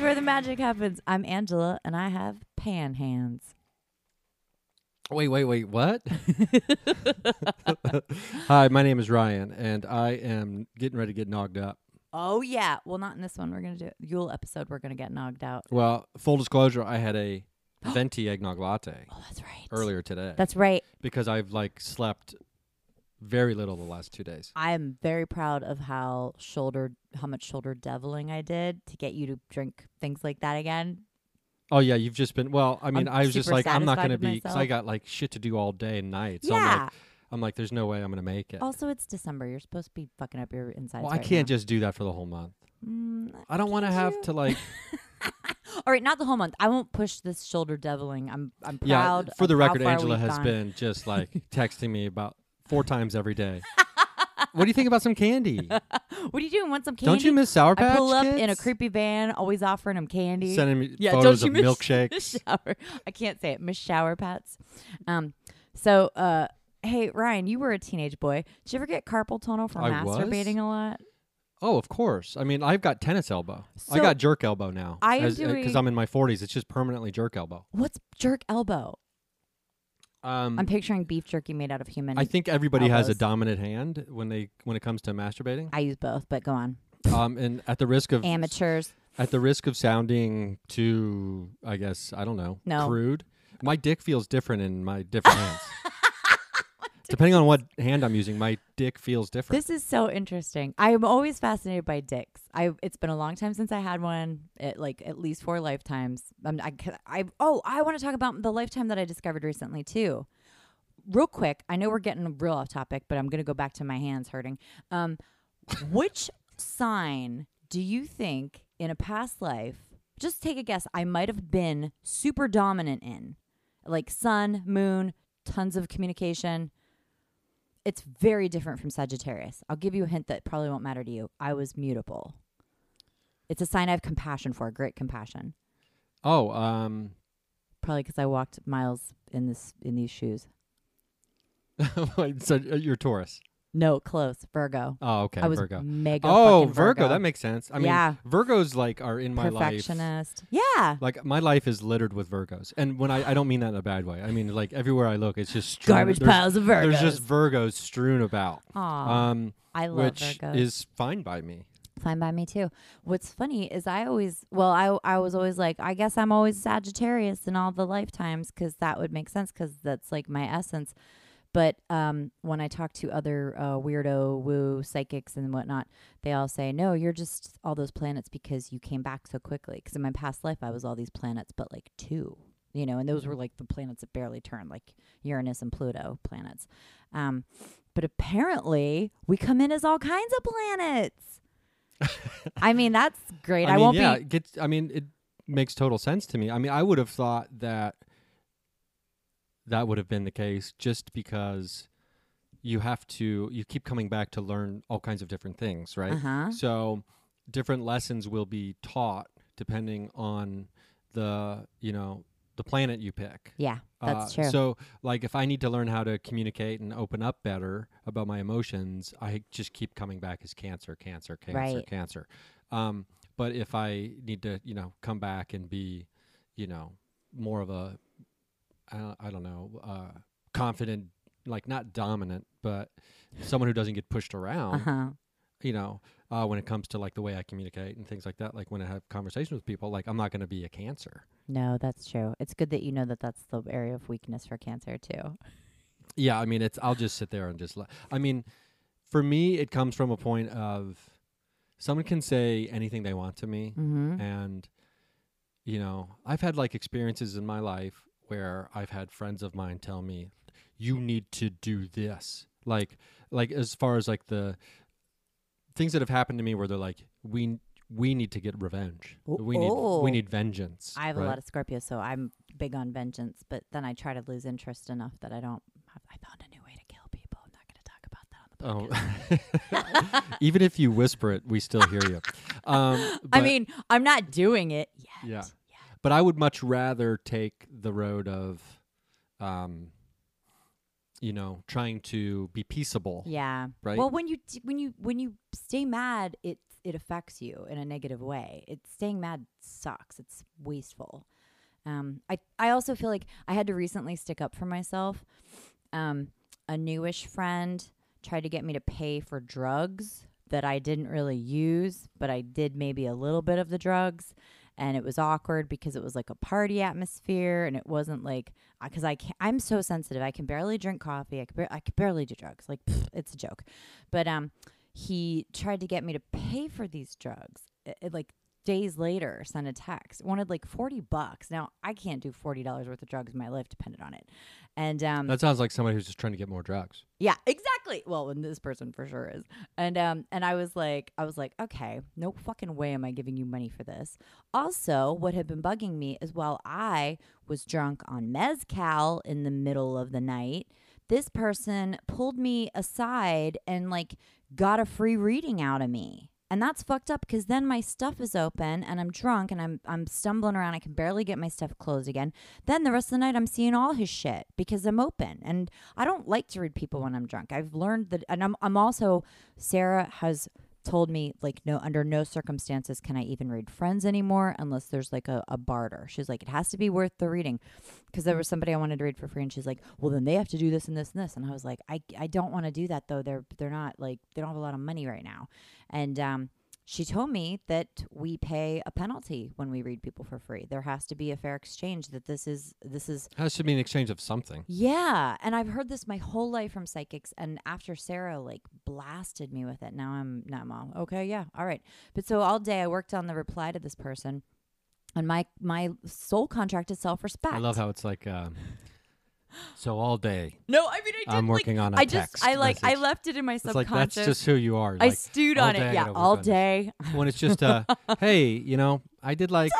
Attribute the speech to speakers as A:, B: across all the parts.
A: where the magic happens. I'm Angela, and I have pan hands.
B: Wait, wait, wait. What? Hi, my name is Ryan, and I am getting ready to get knocked up.
A: Oh yeah. Well, not in this one. We're gonna do Yule episode. We're gonna get knocked out.
B: Well, full disclosure, I had a venti eggnog latte
A: Oh, that's right.
B: earlier today
A: That's right.
B: because I've like slept very little the last two days.
A: I am very proud of how shoulder, how much shoulder deviling I did to get you to drink things like that again.
B: Oh yeah, you've just been. Well, I mean,
A: I'm
B: i was just
A: super
B: like, I'm not
A: satisfied
B: gonna
A: with
B: be because I
A: myself.
B: got like shit to do all day and night. So I'm
A: yeah.
B: like, I'm like, there's no way I'm gonna make it.
A: also, it's December. You're supposed to be fucking up your insides.
B: well, I
A: right
B: can't
A: now.
B: just do that for the whole month.
A: Mm,
B: I don't want to
A: can't
B: have
A: you?
B: to like.
A: all right, not the whole month. I won't push this shoulder deviling. I'm I'm
B: yeah,
A: proud.
B: for
A: of
B: the
A: how
B: record,
A: far
B: Angela
A: we've
B: has
A: gone.
B: been just like texting me about four times every day. what do you think about some candy?
A: What are you doing? Want some candy?
B: Don't you miss Sour Patch
A: I pull up in a
B: Kids?
A: creepy van, always offering them candy.
B: Sending me
A: yeah,
B: photos
A: don't
B: of
A: you miss
B: milkshakes.
A: shower. I can't say it. Miss Shower Pats. Um, so, uh, hey Ryan, you were a teenage boy. Did you ever get carpal tunnel from
B: I
A: masturbating
B: was?
A: a lot?
B: Oh, of course. I mean, I've got tennis elbow. I
A: So,
B: got jerk elbow now.
A: I am
B: because
A: doing-
B: I'm in my 40s. It's just permanently jerk elbow.
A: What's jerk elbow?
B: Um,
A: I'm picturing beef jerky made out of human.
B: I think everybody has a
A: elbows.
B: dominant hand when they when it comes to masturbating.
A: I use both, but go on.
B: um, and at the risk of
A: Amateurs.
B: at the risk of sounding too, I guess I don't know,
A: No.
B: crude. My dick feels different in my different hands. Depending on what hand I'm using, my dick feels different.
A: This is so interesting. I am always fascinated by dicks. I it's been a long time since I had one. At like at least four lifetimes. I'm, I c- I- oh I want to talk about the lifetime that I discovered recently too. Real quick, I know we're getting real off topic, but I'm gonna go back to my hands hurting. Um, which sign do you think in a past life? Just take a guess. I might have been super dominant in, like sun, moon, tons of communication it's very different from Sagittarius. I'll give you a hint that probably won't matter to you. I was mutable. It's a sign I have compassion for, great compassion.
B: oh, um,
A: Probably because I walked miles in this in these shoes.
B: so uh, you're Taurus.
A: No, close Virgo.
B: Oh, okay,
A: I was
B: Virgo.
A: mega.
B: Oh,
A: fucking
B: Virgo. That makes sense. I mean,
A: Yeah.
B: Virgos like are in my life.
A: perfectionist. Yeah,
B: Like my life is littered with Virgos, and when I, I don't mean that in a bad way. I mean like everywhere I look, it's just strewn,
A: garbage
B: there's-
A: piles of Virgos.
B: There's just Virgos strewn about.
A: Aw,
B: Um,
A: I love
B: which
A: Virgos.
B: is fine by me.
A: Fine by me too. What's funny is I always, well, I I was always like, I guess I'm always Sagittarius in all the lifetimes because that would make sense because that's like my essence. But um, when I talk to other uh, weirdo woo psychics and whatnot, they all say, no, you're just all those planets because you came back so quickly. Because in my past life, I was all these planets, but like two, you know, and those
B: Mm-hmm.
A: were like the planets that barely turned, like Uranus and Pluto planets. Um, but apparently, we come in as all kinds of planets. I mean, that's great. I,
B: mean,
A: won't
B: yeah,
A: be.
B: it gets- I mean, it makes total sense to me. I mean, I would have thought that that would have been the case just because you have to you keep coming back to learn all kinds of different things, right?
A: Uh huh.
B: So different lessons will be taught depending on the, you know, the planet you pick.
A: Yeah, that's
B: Uh,
A: true.
B: So, like, if I need to learn how to communicate and open up better about my emotions, I just keep coming back as cancer, cancer, cancer,
A: Right.
B: cancer. Um, but if I need to, you know, come back and be, you know, more of a, I don't, I don't know, uh, confident, like not dominant, but someone who doesn't get pushed around,
A: Uh huh.
B: you know, uh, when it comes to like the way I communicate and things like that, like when I have conversations with people, like I'm not going to be a cancer.
A: No, that's true. It's good that you know that that's the area of weakness for cancer too.
B: Yeah, I mean, it's. I'll just sit there and just. Let, I mean, for me, it comes from a point of someone can say anything they want to me,
A: Mm-hmm.
B: and you know, I've had like experiences in my life where I've had friends of mine tell me, "You need to do this." Like, like as far as like the things that have happened to me, where they're like, "We we need to get revenge.
A: Oh,
B: we need
A: oh.
B: we need vengeance."
A: I have a
B: right?
A: lot of Scorpio, so I'm big on vengeance. But then I try to lose interest enough that I don't. Have, I found a new way to kill people. I'm not going to talk about that on the podcast.
B: Oh, even if you whisper it, we still hear you. Um,
A: I
B: but-
A: mean, I'm not doing it yet.
B: Yeah. but I would much rather take the road of, um, you know, trying to be peaceable.
A: Yeah.
B: Right?
A: Well, when you d- when you when you stay mad, it's it affects you in a negative way. It staying mad sucks. It's wasteful. Um, I I also feel like I had to recently stick up for myself. Um, a newish friend tried to get me to pay for drugs that I didn't really use, but I did maybe a little bit of the drugs. And it was awkward because it was like a party atmosphere, and it wasn't like because I can't, I'm so sensitive. I can barely drink coffee. I can, bar- I can barely do drugs. Like pfft, it's a joke, but um, he tried to get me to pay for these drugs. I- I- like days later, sent a text, wanted like forty bucks. Now I can't do forty dollars worth of drugs. My life depended on it, and um,
B: That sounds like somebody who's just trying to get more drugs.
A: yeah, exactly. Well, and this person for sure is. And um and I was like I was like, okay, no fucking way am I giving you money for this. Also, what had been bugging me is while I was drunk on mezcal in the middle of the night, this person pulled me aside and like got a free reading out of me. And that's fucked up because then my stuff is open and I'm drunk and I'm I'm stumbling around. I can barely get my stuff closed again. Then the rest of the night I'm seeing all his shit because I'm open and I don't like to read people when I'm drunk. I've learned that, and I'm I'm also Sarah has told me like no under no circumstances can I even read friends anymore unless there's like a, a barter. She's like it has to be worth the reading because there was somebody I wanted to read for free and she's like well then they have to do this and this and this and I was like I I don't want to do that though they're they're not like they don't have a lot of money right now and um she told me that we pay a penalty when we read people for free. There has to be a fair exchange that this is this is
B: Has to be an exchange of something.
A: yeah, and I've heard this my whole life from psychics, and after Sarah like blasted me with it, now I'm now I'm all okay. Yeah, all right. But so all day I worked on the reply to this person, and my my soul contract is self respect.
B: I love how it's like. Um, so all day
A: No, I mean I did.
B: I'm
A: like,
B: working on a
A: I just
B: text
A: I like I
B: message.
A: left it in my
B: it's like that's
A: subconscious.
B: just who you are.
A: I
B: Like,
A: stewed
B: all
A: on
B: day I
A: it.
B: gotta
A: Yeah,
B: work
A: all
B: on this.
A: day.
B: when it's just a hey, you know, I did like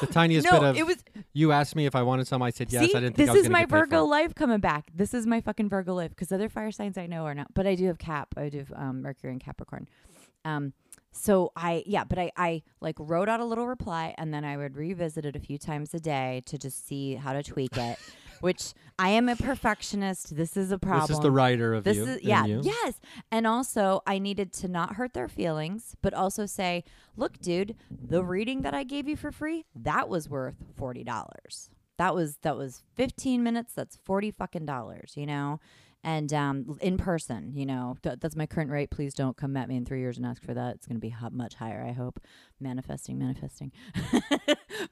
B: the tiniest bit
A: No,
B: of.
A: it was
B: you asked me if I wanted some. I said yes.
A: See,
B: I didn't think
A: this
B: I was
A: is
B: gonna
A: my
B: get paid for
A: Virgo
B: it.
A: life coming back. This is my fucking Virgo life because other fire signs I know are not, but I do have Cap. I do have um, Mercury and Capricorn. Um, so I yeah, but I I like wrote out a little reply and then I would revisit it a few times a day to just see how to tweak it. which I am a perfectionist. This is a problem.
B: This is the writer of
A: This
B: you.
A: is
B: and
A: yeah,
B: you.
A: yes. And also I needed to not hurt their feelings, but also say, "Look, dude, the reading that I gave you for free, that was worth $40." That was that was 15 minutes, that's 40 fucking dollars, you know? And um, in person, you know, Th- that's my current rate. Please don't come at me in three years and ask for that. It's going to be hu- much higher, I hope. Manifesting, manifesting.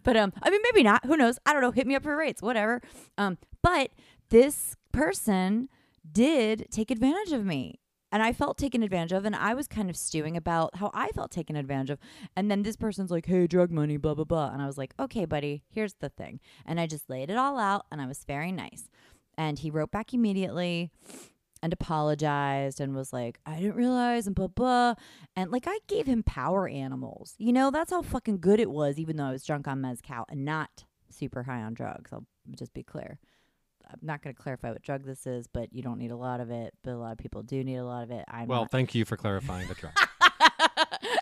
A: but um, I mean, maybe not. Who knows? I don't know. Hit me up for rates, whatever. Um, but this person did take advantage of me. And I felt taken advantage of, and I was kind of stewing about how I felt taken advantage of. And then this person's like, hey, drug money, blah, blah, blah. And I was like, okay, buddy, here's the thing. And I just laid it all out, and I was very nice. And he wrote back immediately and apologized and was like, I didn't realize, and blah, blah. And like, I gave him power animals. You know, that's how fucking good it was, even though I was drunk on Mezcal and not super high on drugs. I'll just be clear. I'm not going to clarify what drug this is, but you don't need a lot of it. But a lot of people do need a lot of it. I'm
B: Well,
A: not-
B: thank you for clarifying the drug.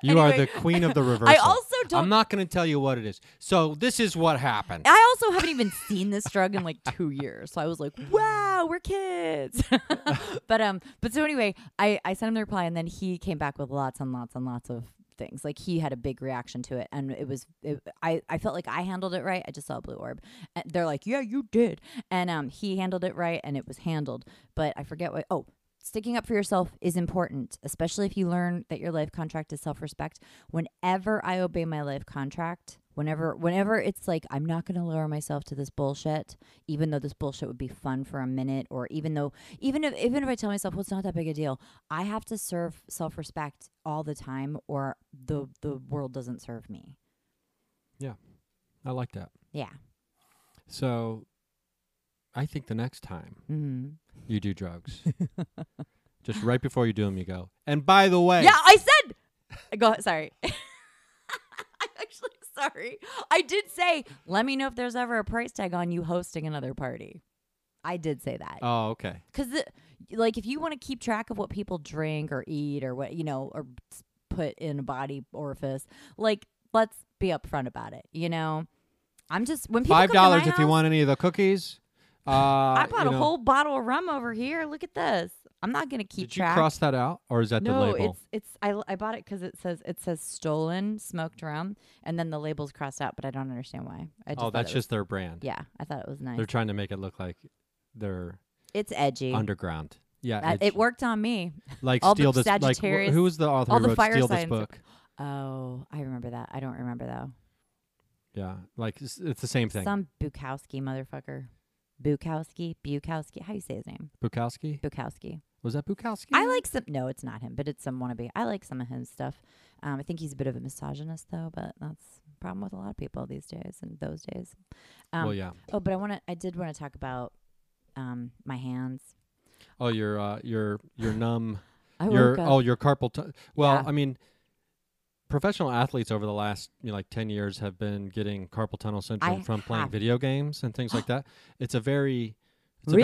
B: You are the
A: Anyway,
B: queen of the reversal.
A: I also don't.
B: I'm not going to tell you what it is. So this is what happened.
A: I also haven't even seen this drug in like two years, so I was like, "Wow, we're kids." but um, but so anyway, I I sent him the reply, and then he came back with lots and lots and lots of things. Like he had a big reaction to it, and it was it, I I felt like I handled it right. I just saw a blue orb, and they're like, "Yeah, you did," and um, he handled it right, and it was handled. But I forget what. Oh, sticking up for yourself is important, especially if you learn that your life contract is self-respect. Whenever I obey my life contract, whenever whenever it's like I'm not going to lower myself to this bullshit, even though this bullshit would be fun for a minute or even though even if even if I tell myself, "Well, it's not that big a deal." I have to serve self-respect all the time or the the world doesn't serve me.
B: I like that.
A: Yeah.
B: So I think the next time
A: Mhm.
B: you do drugs, just right before you do them, you go, and by the way,
A: Yeah, I said. Go. Sorry. I'm actually sorry. I did say. Let me know if there's ever a price tag on you hosting another party. I did say that
B: oh, okay.
A: because, like, if you want to keep track of what people drink or eat or what you know or s- put in a body orifice, like, let's be upfront about it. You know, I'm just when people
B: Five
A: come to my
B: dollars if you
A: house-
B: want any of the cookies. Uh,
A: I bought
B: you
A: a
B: know,
A: whole bottle of rum over here. Look at this. I'm not gonna keep
B: Did you
A: track.
B: cross that out, or is that the
A: no,
B: label?
A: it's it's I, l- I bought it because it says it says stolen smoked rum, and then the label's crossed out, but I don't understand why. I just
B: oh,
A: thought
B: that's
A: it was-
B: just their brand.
A: yeah. I thought it was nice.
B: They're trying to make it look like they're
A: it's edgy.
B: underground. Yeah,
A: That-
B: edgy.
A: it worked on me.
B: Like
A: all the
B: steal this. Like wh-
A: Sagittarius-
B: who was the author
A: all
B: who
A: the
B: wrote
A: fire
B: steal this
A: signs.
B: book?
A: Oh, I remember that. I don't remember though.
B: Yeah, like it's, it's the same thing.
A: Some Bukowski motherfucker. Bukowski, Bukowski. How you say his name?
B: Bukowski
A: Bukowski.
B: was that Bukowski?
A: I like some. No, it's not him, but it's some wannabe. I like some of his stuff. Um, I think he's a bit of a misogynist though, but that's a problem with a lot of people these days and those days. Um,
B: well, yeah.
A: Oh, but I want to. I did want to talk about um, my hands.
B: Oh, your uh, your your numb.
A: I woke
B: your
A: up.
B: oh your carpal. T- well,
A: Yeah.
B: I mean, professional athletes over the last you know, like ten years have been getting carpal tunnel syndrome
A: I
B: from playing
A: have.
B: video games and things like that. It's a very it's a very- I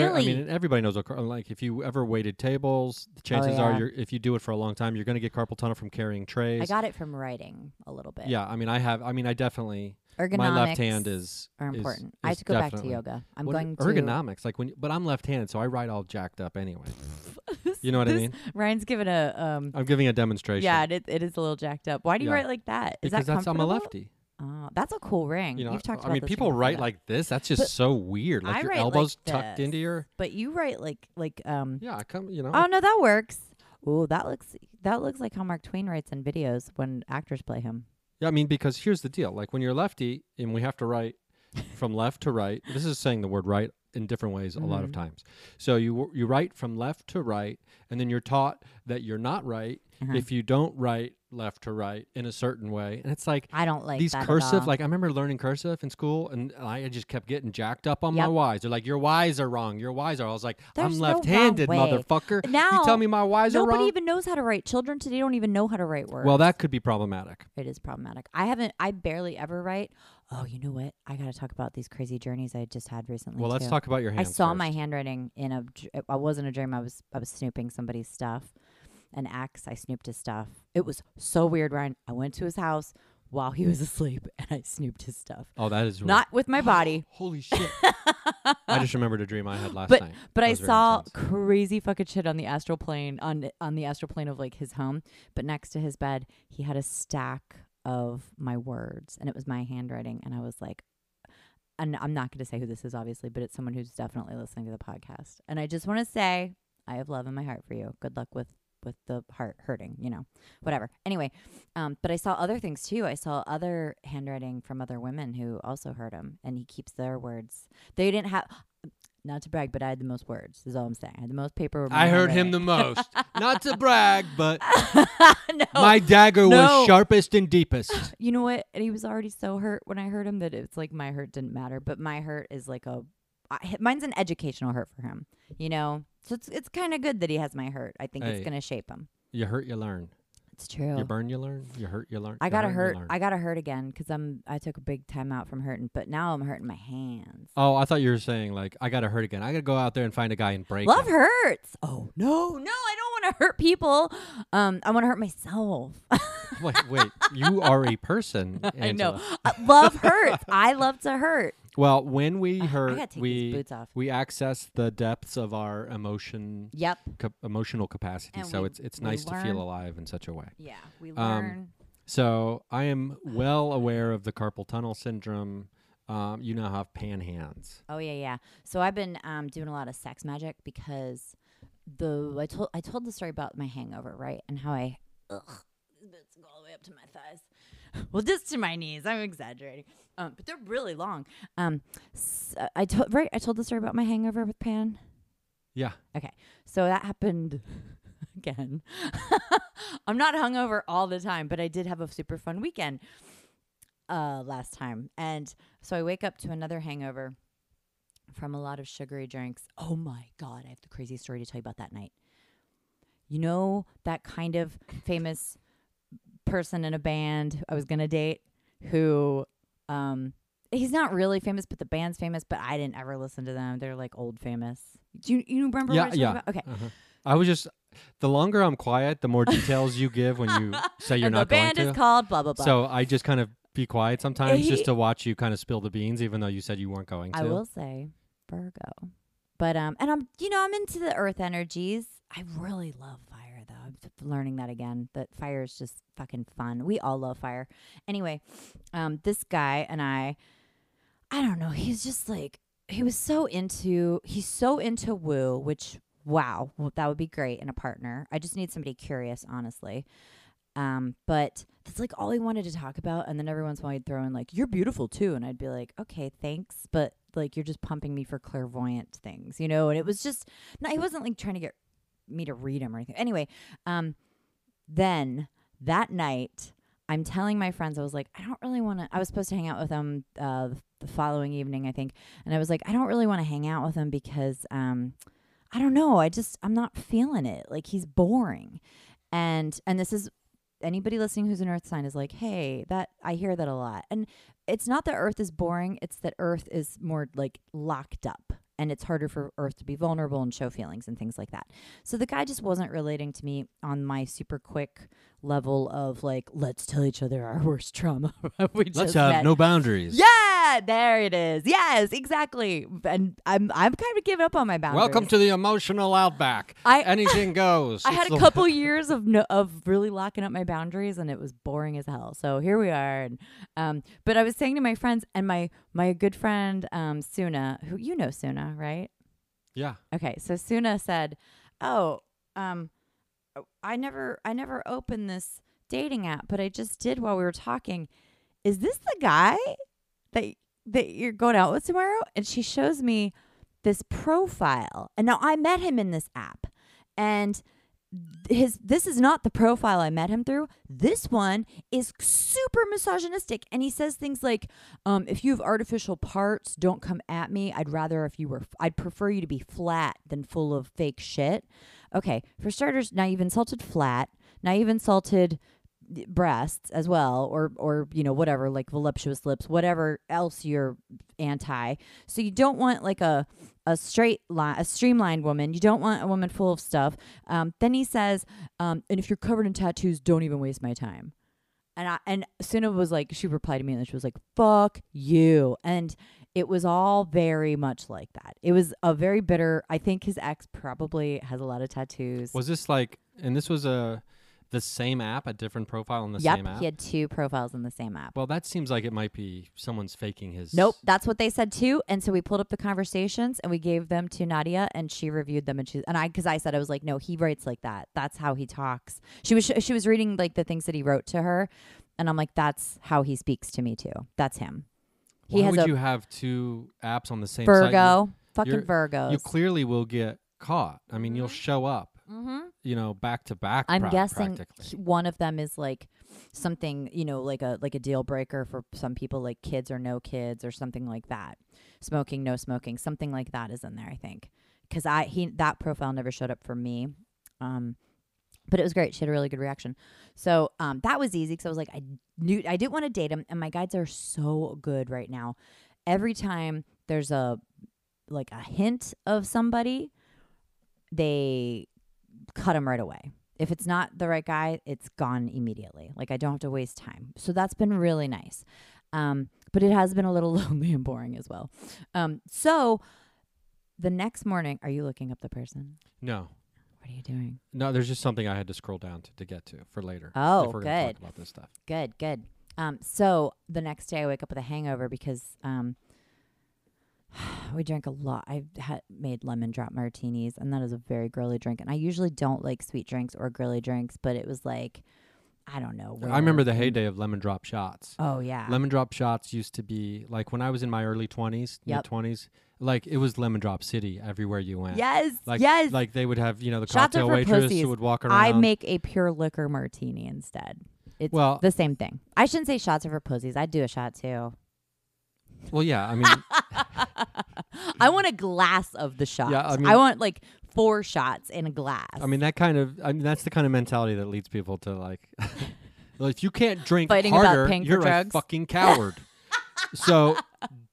A: Really? Oh,
B: mean, everybody knows what car- like if you ever waited tables, the chances
A: yeah.
B: are you're if you do it for a long time, you're going to get carpal tunnel from carrying trays.
A: I got it from writing a little bit.
B: yeah, I mean, I have. I mean, I definitely
A: Ergonomics
B: my left hand is
A: are
B: is-
A: important. I have
B: is
A: to go back to
B: definitely-
A: yoga. I'm
B: What are-
A: going to.
B: ergonomics, like when, you- but I'm left-handed, so I write all jacked up anyway. You know what I
A: This-
B: mean?
A: Ryan's given a um.
B: I'm giving a demonstration.
A: Yeah, it, it is a little jacked up. Why do you
B: Yeah.
A: write like that? Is
B: because
A: that
B: that's I'm a
A: comfortable?
B: lefty.
A: Oh, that's a cool ring.
B: You know,
A: You've talked
B: I
A: about
B: mean,
A: this
B: people
A: ring
B: write
A: before,
B: like this. That's just
A: But
B: so weird. Like
A: I
B: your
A: write like
B: elbows tucked into
A: this.
B: your.
A: but you write like like um.
B: Yeah, I come. You know.
A: Oh no, that works. Oh, that looks that looks like how Mark Twain writes in videos when actors play him.
B: yeah, I mean, because here's the deal. Like when you're lefty, and we have to write from left to right. This is saying the word right in different ways a lot of
A: Mhm.
B: times. So you w- you write from left to right, and then you're taught that you're not right
A: Uh-huh.
B: if you don't write left to right in a certain way. And it's like
A: I don't like
B: these
A: that at
B: cursive.
A: all.
B: Like I remember learning cursive in school, and I just kept getting jacked up on my
A: Yep.
B: Y's. They're like, "Your Y's are wrong. Your Y's are." I was like, "I'm
A: There's no wrong
B: left-handed,
A: way."
B: motherfucker. you
A: Now,
B: tell me my Y's are
A: Nobody
B: wrong."
A: even knows how to write. Children today don't even know how to write words.
B: well, that could be problematic.
A: it is problematic. I haven't. I barely ever write. Oh, you know what? I got to talk about these crazy journeys I just had recently.
B: Well, let's
A: too.
B: talk about your
A: I
B: hands.
A: saw my
B: first.
A: handwriting in a. dr- I wasn't a dream. I was. I was snooping somebody's stuff, an axe. I snooped his stuff. It was so weird, Ryan. I went to his house while he was asleep, and I snooped his stuff.
B: Oh, that is weird.
A: Not with my body,
B: Holy shit! I just remembered a dream I had last night.
A: But
B: That
A: I
B: was very
A: saw
B: intense.
A: crazy fucking shit on the astral plane on on the astral plane of like his home. But next to his bed, he had a stack of my words, and it was my handwriting. And I was like, and I'm not going to say who this is, obviously, but it's someone who's definitely listening to the podcast. And I just want to say, I have love in my heart for you. Good luck with with the heart hurting, you know, whatever. Anyway, um, but I saw other things too. I saw other handwriting from other women who also heard him, and he keeps their words. They didn't have, not to brag, but I had the most words. Is all I'm saying. I had the most paper. with my
B: I heard him the
A: handwriting.
B: most. Not to brag, but
A: no,
B: my dagger
A: No.
B: was sharpest and deepest.
A: you know what? And he was already so hurt when I heard him that it's like my hurt didn't matter, but my hurt is like a I, mine's an educational hurt for him, you know. So it's it's kind of good that he has my hurt. I think
B: Hey.
A: it's gonna shape him.
B: You hurt, you learn.
A: It's true.
B: You burn, you learn. You hurt, you learn.
A: I
B: You
A: gotta
B: learn, you
A: hurt.
B: learn.
A: I gotta hurt again because I'm. I took a big time out from hurting, but now I'm hurting my hands.
B: Oh, I thought you were saying like I gotta hurt again. I gotta go out there and find a guy and break.
A: Love
B: him.
A: hurts. Oh no, no, I don't want to hurt people. Um, I want to hurt myself.
B: Wait, wait. You are a person.
A: I know.
B: Angela.
A: Uh, love hurts. I love to hurt.
B: Well, when we
A: I- I
B: hurt,
A: gotta take
B: we
A: these boots off.
B: we access the depths of our emotion,
A: Yep.
B: ca- emotional capacity.
A: And
B: so
A: we-
B: it's it's
A: we
B: nice to
A: learn.
B: feel alive in such a way.
A: Yeah. We learn.
B: learn. So I am well aware of the carpal tunnel syndrome. Um, you now have pan hands.
A: Oh yeah, yeah. So I've been um, doing a lot of sex magic because the I told I told the story about my hangover, right, and how I ugh, these bits go all the way up to my thighs. Well, just to my knees. I'm exaggerating, um, but they're really long. Um, s- uh, I told right. I told the story about my hangover with Pan.
B: Yeah.
A: So that happened again. I'm not hungover all the time, but I did have a super fun weekend uh, last time. And so I wake up to another hangover from a lot of sugary drinks. Oh my God, I have the crazy story to tell you about that night. You know, that kind of famous person in a band I was going to date who, um, he's not really famous, but the band's famous, but I didn't ever listen to them. They're like old famous. Do you, you remember
B: Yeah,
A: what I'm talking
B: yeah.
A: about? Okay.
B: Uh-huh. I was just the longer I'm quiet, the more details you give when you say you're
A: and
B: not
A: the band
B: going
A: is
B: to.
A: called blah blah blah.
B: so I just kind of be quiet sometimes
A: He-
B: just to watch you kind of spill the beans, even though you said you weren't going to.
A: I will say Virgo, but um, and I'm you know I'm into the Earth energies. I really love fire though. I'm f- learning that again. That fire is just fucking fun. We all love fire. Anyway, um, this guy and I, I don't know. He's just like he was so into he's so into woo, which wow, well, that would be great in a partner. I just need somebody curious, honestly. Um, but that's like all he wanted to talk about. And then every once in a while he'd throw in like, You're beautiful too. And I'd be like, Okay, thanks. But like you're just pumping me for clairvoyant things, you know? And it was just no, he wasn't like trying to get me to read him or anything. Anyway, um, then that night I'm telling my friends, I was like, I don't really want to. I was supposed to hang out with them uh, the following evening, I think. And I was like, I don't really want to hang out with him because um, I don't know. I just, I'm not feeling it. Like, he's boring. And, and this is anybody listening who's an earth sign is like, hey, that, I hear that a lot. And it's not that earth is boring, it's that earth is more like locked up. And it's harder for Earth to be vulnerable and show feelings and things like that. So the guy just wasn't relating to me on my super quick level of like, let's tell each other our worst trauma. we
B: Let's
A: just
B: have
A: met.
B: no boundaries.
A: Yeah, there it is. Yes, exactly. And I'm I'm kind of giving up on my boundaries.
B: Welcome to the emotional outback.
A: I-
B: Anything goes.
A: I had
B: It's
A: a
B: the-
A: couple years of no, of really locking up my boundaries, and it was boring as hell. So here we are. And, um, but I was saying to my friends and my my good friend um, Suna, who you know Suna, right?
B: Yeah.
A: Okay, so Suna said, "Oh, um, I never, I never opened this dating app, but I just did while we were talking. Is this the guy that that you're going out with tomorrow?" And she shows me this profile, and now I met him in this app, and his this is not the profile I met him through. This one is super misogynistic, and he says things like, um, "If you have artificial parts, don't come at me. I'd rather if you were, I'd prefer you to be flat than full of fake shit." Okay, for starters, now you've insulted flat. Now you've insulted breasts as well or or you know whatever like voluptuous lips whatever else you're anti so you don't want like a a straight line a streamlined woman you don't want a woman full of stuff um, then he says um, and if you're covered in tattoos don't even waste my time and I and Suna was like she replied to me and she was like fuck you and it was all very much like that it was a very bitter I think his ex probably has a lot of tattoos
B: Was this like, and this was a the same app, a different profile on the
A: yep
B: same app?
A: he had two profiles in the same app
B: well, that seems like it might be someone's faking his.
A: Nope, that's what they said too. And so we pulled up the conversations and we gave them to Nadia, and she reviewed them. And she and I, because I said I was like, no, he writes like that. That's how he talks. She was she was reading like the things that he wrote to her, and I'm like, that's how he speaks to me too. That's him. He
B: Why
A: has
B: would
A: a
B: you have two apps on the same site?
A: Virgo, fucking
B: you're-
A: Virgos.
B: You, you clearly will get caught. I mean, you'll show up,
A: mm-hmm.
B: you know, back to back.
A: I'm
B: prac-
A: guessing
B: practically.
A: he- one of them is like something, you know, like a like a deal breaker for some people, like kids or no kids or something like that. Smoking, no smoking, something like that is in there, I think. Because I he that profile never showed up for me, um, but it was great. She had a really good reaction, so um, that was easy. Because I was like, I knew I didn't want to date him, and my guides are so good right now. Every time there's a like a hint of somebody, they cut him right away. If it's not the right guy, it's gone immediately. Like I don't have to waste time. So that's been really nice. Um, but it has been a little lonely and boring as well. Um, so the next morning, are you looking up the person?
B: No.
A: What are you doing?
B: No, there's just something I had to scroll down to, to get to for later. if
A: Oh,
B: we're gonna
A: good.
B: Talk about this stuff.
A: Good, good. Um, so the next day I wake up with a hangover because um, we drank a lot. I had made lemon drop martinis, and that is a very girly drink. And I usually don't like sweet drinks or girly drinks, but it was like, I don't know.
B: I remember
A: where
B: the
A: in-
B: heyday of lemon drop shots.
A: Oh yeah.
B: Lemon drop shots used to be like when I was in my early 20s,
A: Yep.
B: mid 20s, like it was lemon drop city everywhere you went.
A: Yes.
B: Like,
A: yes.
B: Like they would have, you know, the
A: Shots are
B: cocktail
A: for
B: waitress
A: pussies.
B: who would walk around.
A: I make a pure liquor martini instead. It's
B: Well-
A: the same thing. I shouldn't say shots are for pussies. I'd do a shot too.
B: Well, yeah. I mean,
A: I want a glass of the shot.
B: I
A: I,
B: mean-
A: want like four shots in a glass.
B: I mean that kind of. I mean that's the kind of mentality that leads people to like. well, if you can't drink
A: Fighting about
B: harder,
A: paying for
B: you're a
A: drugs.
B: fucking coward. so,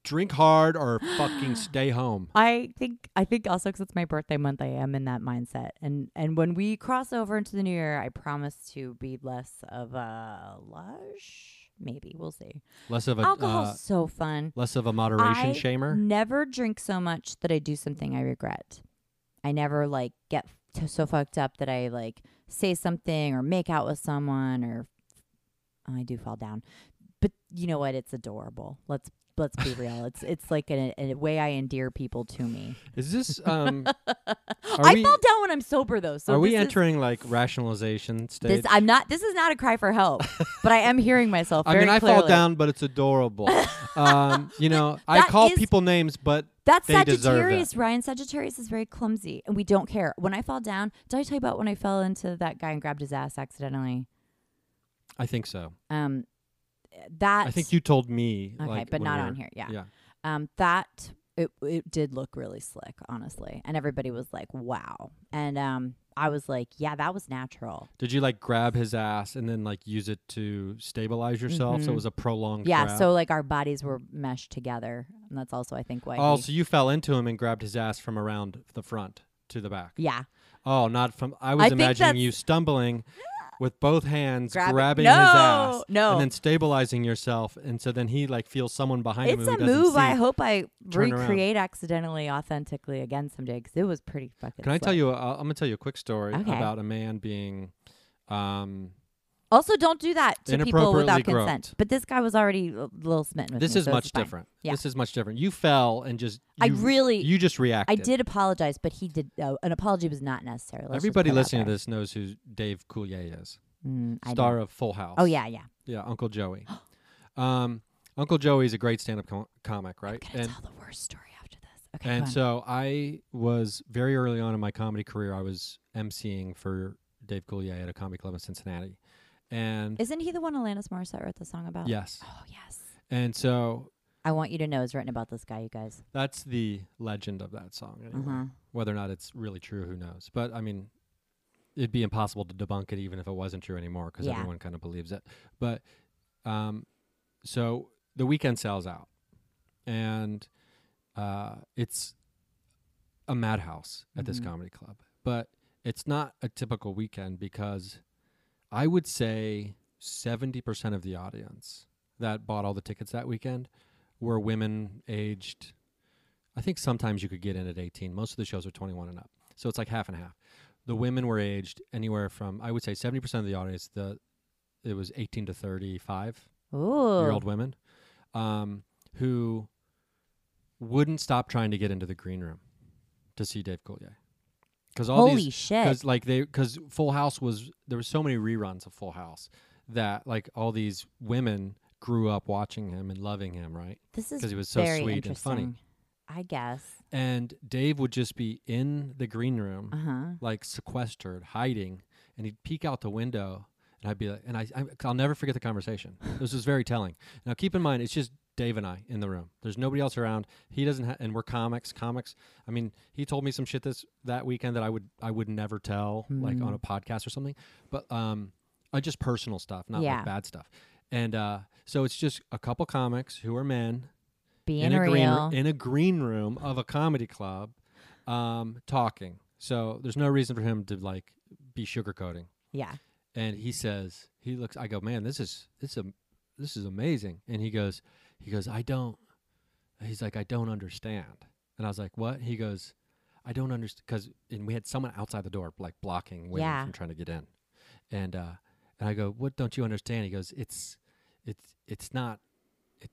B: drink hard or fucking stay home.
A: I think I think also because it's my birthday month, I am in that mindset. And and when we cross over into the new year, I promise to be less of a lush. Maybe we'll see.
B: Less of a
A: Alcohol's
B: uh,
A: so fun.
B: less of a moderation
A: I
B: shamer.
A: Never drink so much that I do something I regret. I never like get t- so fucked up that I like say something or make out with someone or oh, I do fall down. But you know what? It's adorable. Let's let's be real. It's it's like a, a way I endear people to me.
B: Is this um are
A: I
B: we
A: fall down when I'm sober though. So
B: are we
A: this is-
B: entering like rationalization stage?
A: This I'm not. This is not a cry for help, but I am hearing myself.
B: I
A: very
B: mean, I fall
A: clearly.
B: down, but it's adorable. um, you know, I
A: That
B: call
A: is-
B: people names, but
A: That's
B: They deserve it.
A: Sagittarius, Ryan. Sagittarius is very clumsy, and we don't care. When I fall down, did I tell you about when I fell into that guy and grabbed his ass accidentally?
B: I think so.
A: Um, that
B: I think you told me.
A: okay,
B: like,
A: but
B: when
A: not
B: we
A: on
B: were-
A: here. Yeah.
B: Yeah.
A: Um, that it it did look really slick, honestly, and everybody was like, "Wow," and um, I was like, "Yeah, that was natural."
B: Did you like grab his ass and then like use it to stabilize yourself? So
A: Mhm.
B: it was a prolonged.
A: Yeah,
B: grab?
A: so like our bodies were meshed together, and that's also I think why.
B: Oh,
A: he-
B: so you fell into him and grabbed his ass from around the front to the back.
A: yeah,
B: Oh, not from. I
A: I
B: was
A: think
B: imagining
A: that's-
B: you stumbling with both hands,
A: Grab-
B: grabbing
A: No,
B: his ass,
A: no.
B: and then stabilizing yourself, and so then he like feels someone behind
A: it's
B: him.
A: a
B: who doesn't
A: move.
B: see.
A: I hope I
B: Turn around.
A: recreate accidentally, authentically again someday because it was pretty fucking.
B: Can I tell
A: slick.
B: you? A, I'm gonna tell you a quick story
A: Okay.
B: about a man being. Um,
A: Also, don't do that to people without
B: Inappropriately
A: consent.
B: groped.
A: But this guy was already a little smitten with
B: this
A: me,
B: is
A: so
B: much
A: it's fine.
B: different.
A: Yeah.
B: This is much different. You fell and just.
A: I
B: you-
A: really,
B: You just
A: I
B: reacted.
A: did apologize, but he did. Uh, an apology was not necessary. Let's just
B: Everybody
A: put it out
B: listening to
A: there.
B: this knows who Dave Coulier is,
A: Mm, I
B: star
A: don't.
B: of Full House.
A: Oh yeah, yeah.
B: yeah, Uncle Joey. um, Uncle Joey is a great stand-up com- comic, right?
A: I'm gonna
B: And
A: tell the worst story after this. Okay.
B: and
A: go on.
B: so I was very early on in my comedy career. I was emceeing for Dave Coulier at a comedy club in Cincinnati, and
A: isn't he the one Alanis Morissette wrote the song about?
B: yes,
A: Oh yes.
B: and so
A: I want you to know is written about this guy, you guys.
B: that's the legend of that song. Anyway.
A: Uh-huh.
B: Whether or not it's really true, who knows? But I mean, it'd be impossible to debunk it, even if it wasn't true anymore, because
A: Yeah.
B: everyone kind of believes it. But um, so the weekend sells out, and uh, it's a madhouse at this
A: Mhm.
B: comedy club. But it's not a typical weekend because I would say seventy percent of the audience that bought all the tickets that weekend were women aged. I think sometimes you could get in at 18. Most of the shows are 21 and up. So it's like half and half. The women were aged anywhere from I would say 70% of the audience the it was 18 to 35
A: Ooh.
B: year old women um, who wouldn't stop trying to get into the green room to see Dave Coulier. Cuz all
A: Holy
B: these
A: shit.
B: because like they because Full House was there were so many reruns of Full House that like all these women grew up watching him and loving him, right?
A: This is
B: 'cause he was so
A: very
B: sweet and funny.
A: interesting, I guess.
B: And Dave would just be in the green room,
A: Uh huh.
B: like sequestered, hiding, and he'd peek out the window, and I'd be like, and I, I I'll never forget the conversation. this was very telling. Now keep in mind, it's just Dave and I in the room. There's nobody else around. He doesn't, ha- and we're comics. Comics. I mean, he told me some shit this that weekend that I would I would never tell, like on a podcast or something. But um, uh, just personal stuff, not
A: Yeah.
B: like bad stuff. And uh, so it's just a couple comics who are men
A: Being
B: a
A: real.
B: green roo- in a green room of a comedy club, um, talking. So there's no reason for him to like be sugarcoating.
A: yeah.
B: And he says he looks. I go, man, this is this is am- this is amazing. And he goes, he goes, I don't. He's like, I don't understand. And I was like, what? He goes, I don't understand because and we had someone outside the door like blocking women
A: Yeah.
B: from trying to get in, and uh, and I go, what don't you understand? He goes, it's it's it's not. it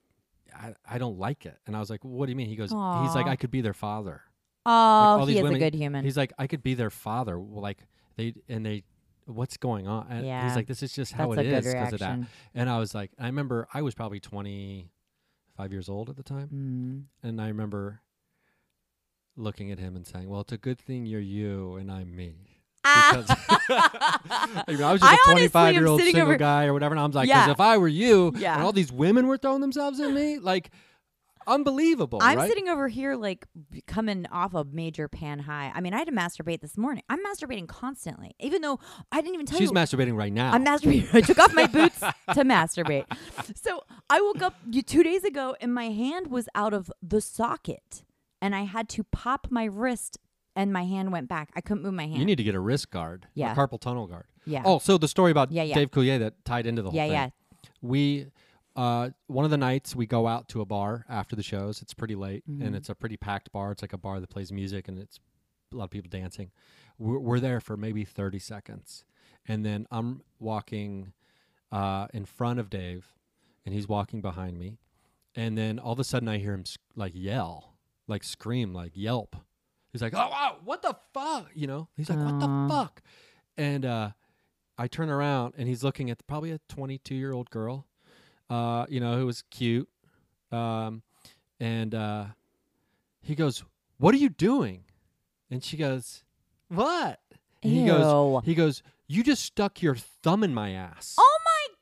B: I, I don't like it. And I was like, what do you mean? He goes, he's like,
A: Aw.
B: I could be their father.
A: Oh,
B: all
A: he
B: these
A: is a
B: women-
A: good human.
B: He's like, I could be their father. Well, Like they and they, what's going on? And
A: Yeah.
B: He's like, this is just how
A: That's a
B: it
A: good
B: is because of that.
A: reaction.
B: And I was like, I remember I was probably twenty five years old at the time,
A: Mm.
B: and I remember looking at him and saying, "Well, it's a good thing you're you and I'm me." Because
A: Ah.
B: I, mean, I was just
A: I
B: a
A: honestly am
B: 25 year old
A: sitting
B: single
A: over-
B: guy or whatever, and I'm like,
A: Yeah.
B: "Because if I were you,
A: Yeah.
B: and all these women were throwing themselves at me, like, unbelievable."
A: I'm
B: right?
A: sitting over here like b- coming off a major pan high. I mean, I had to masturbate this morning. I'm masturbating constantly, even though I didn't even tell
B: She's
A: you.
B: masturbating right now.
A: I'm masturbating. I took off my boots to masturbate. So I woke up y- two days ago and my hand was out of the socket, and I had to pop my wrist, and my hand went back. I couldn't move my hand.
B: You need to get a wrist guard,
A: Yeah.
B: a carpal tunnel guard.
A: yeah.
B: Oh, so the story about
A: Yeah, yeah.
B: Dave Coulier that tied into the whole
A: yeah,
B: thing.
A: yeah.
B: We, uh, one of the nights we go out to a bar after the shows. It's pretty late
A: Mhm.
B: and it's a pretty packed bar. It's like a bar that plays music and it's a lot of people dancing. We're, we're there for maybe 30 seconds. And then I'm walking uh, in front of Dave and he's walking behind me. And then all of a sudden I hear him sc- like yell, like scream, like yelp. He's like, oh, wow, what the fuck? You know, he's like, what the
A: Aw.
B: fuck? And uh, I turn around and he's looking at probably a 22 year old girl, uh, you know, who was cute. Um, and uh, he goes, what are you doing? And she goes, what? And he goes,
A: Ew.
B: he goes, you just stuck your thumb in my ass.
A: oh my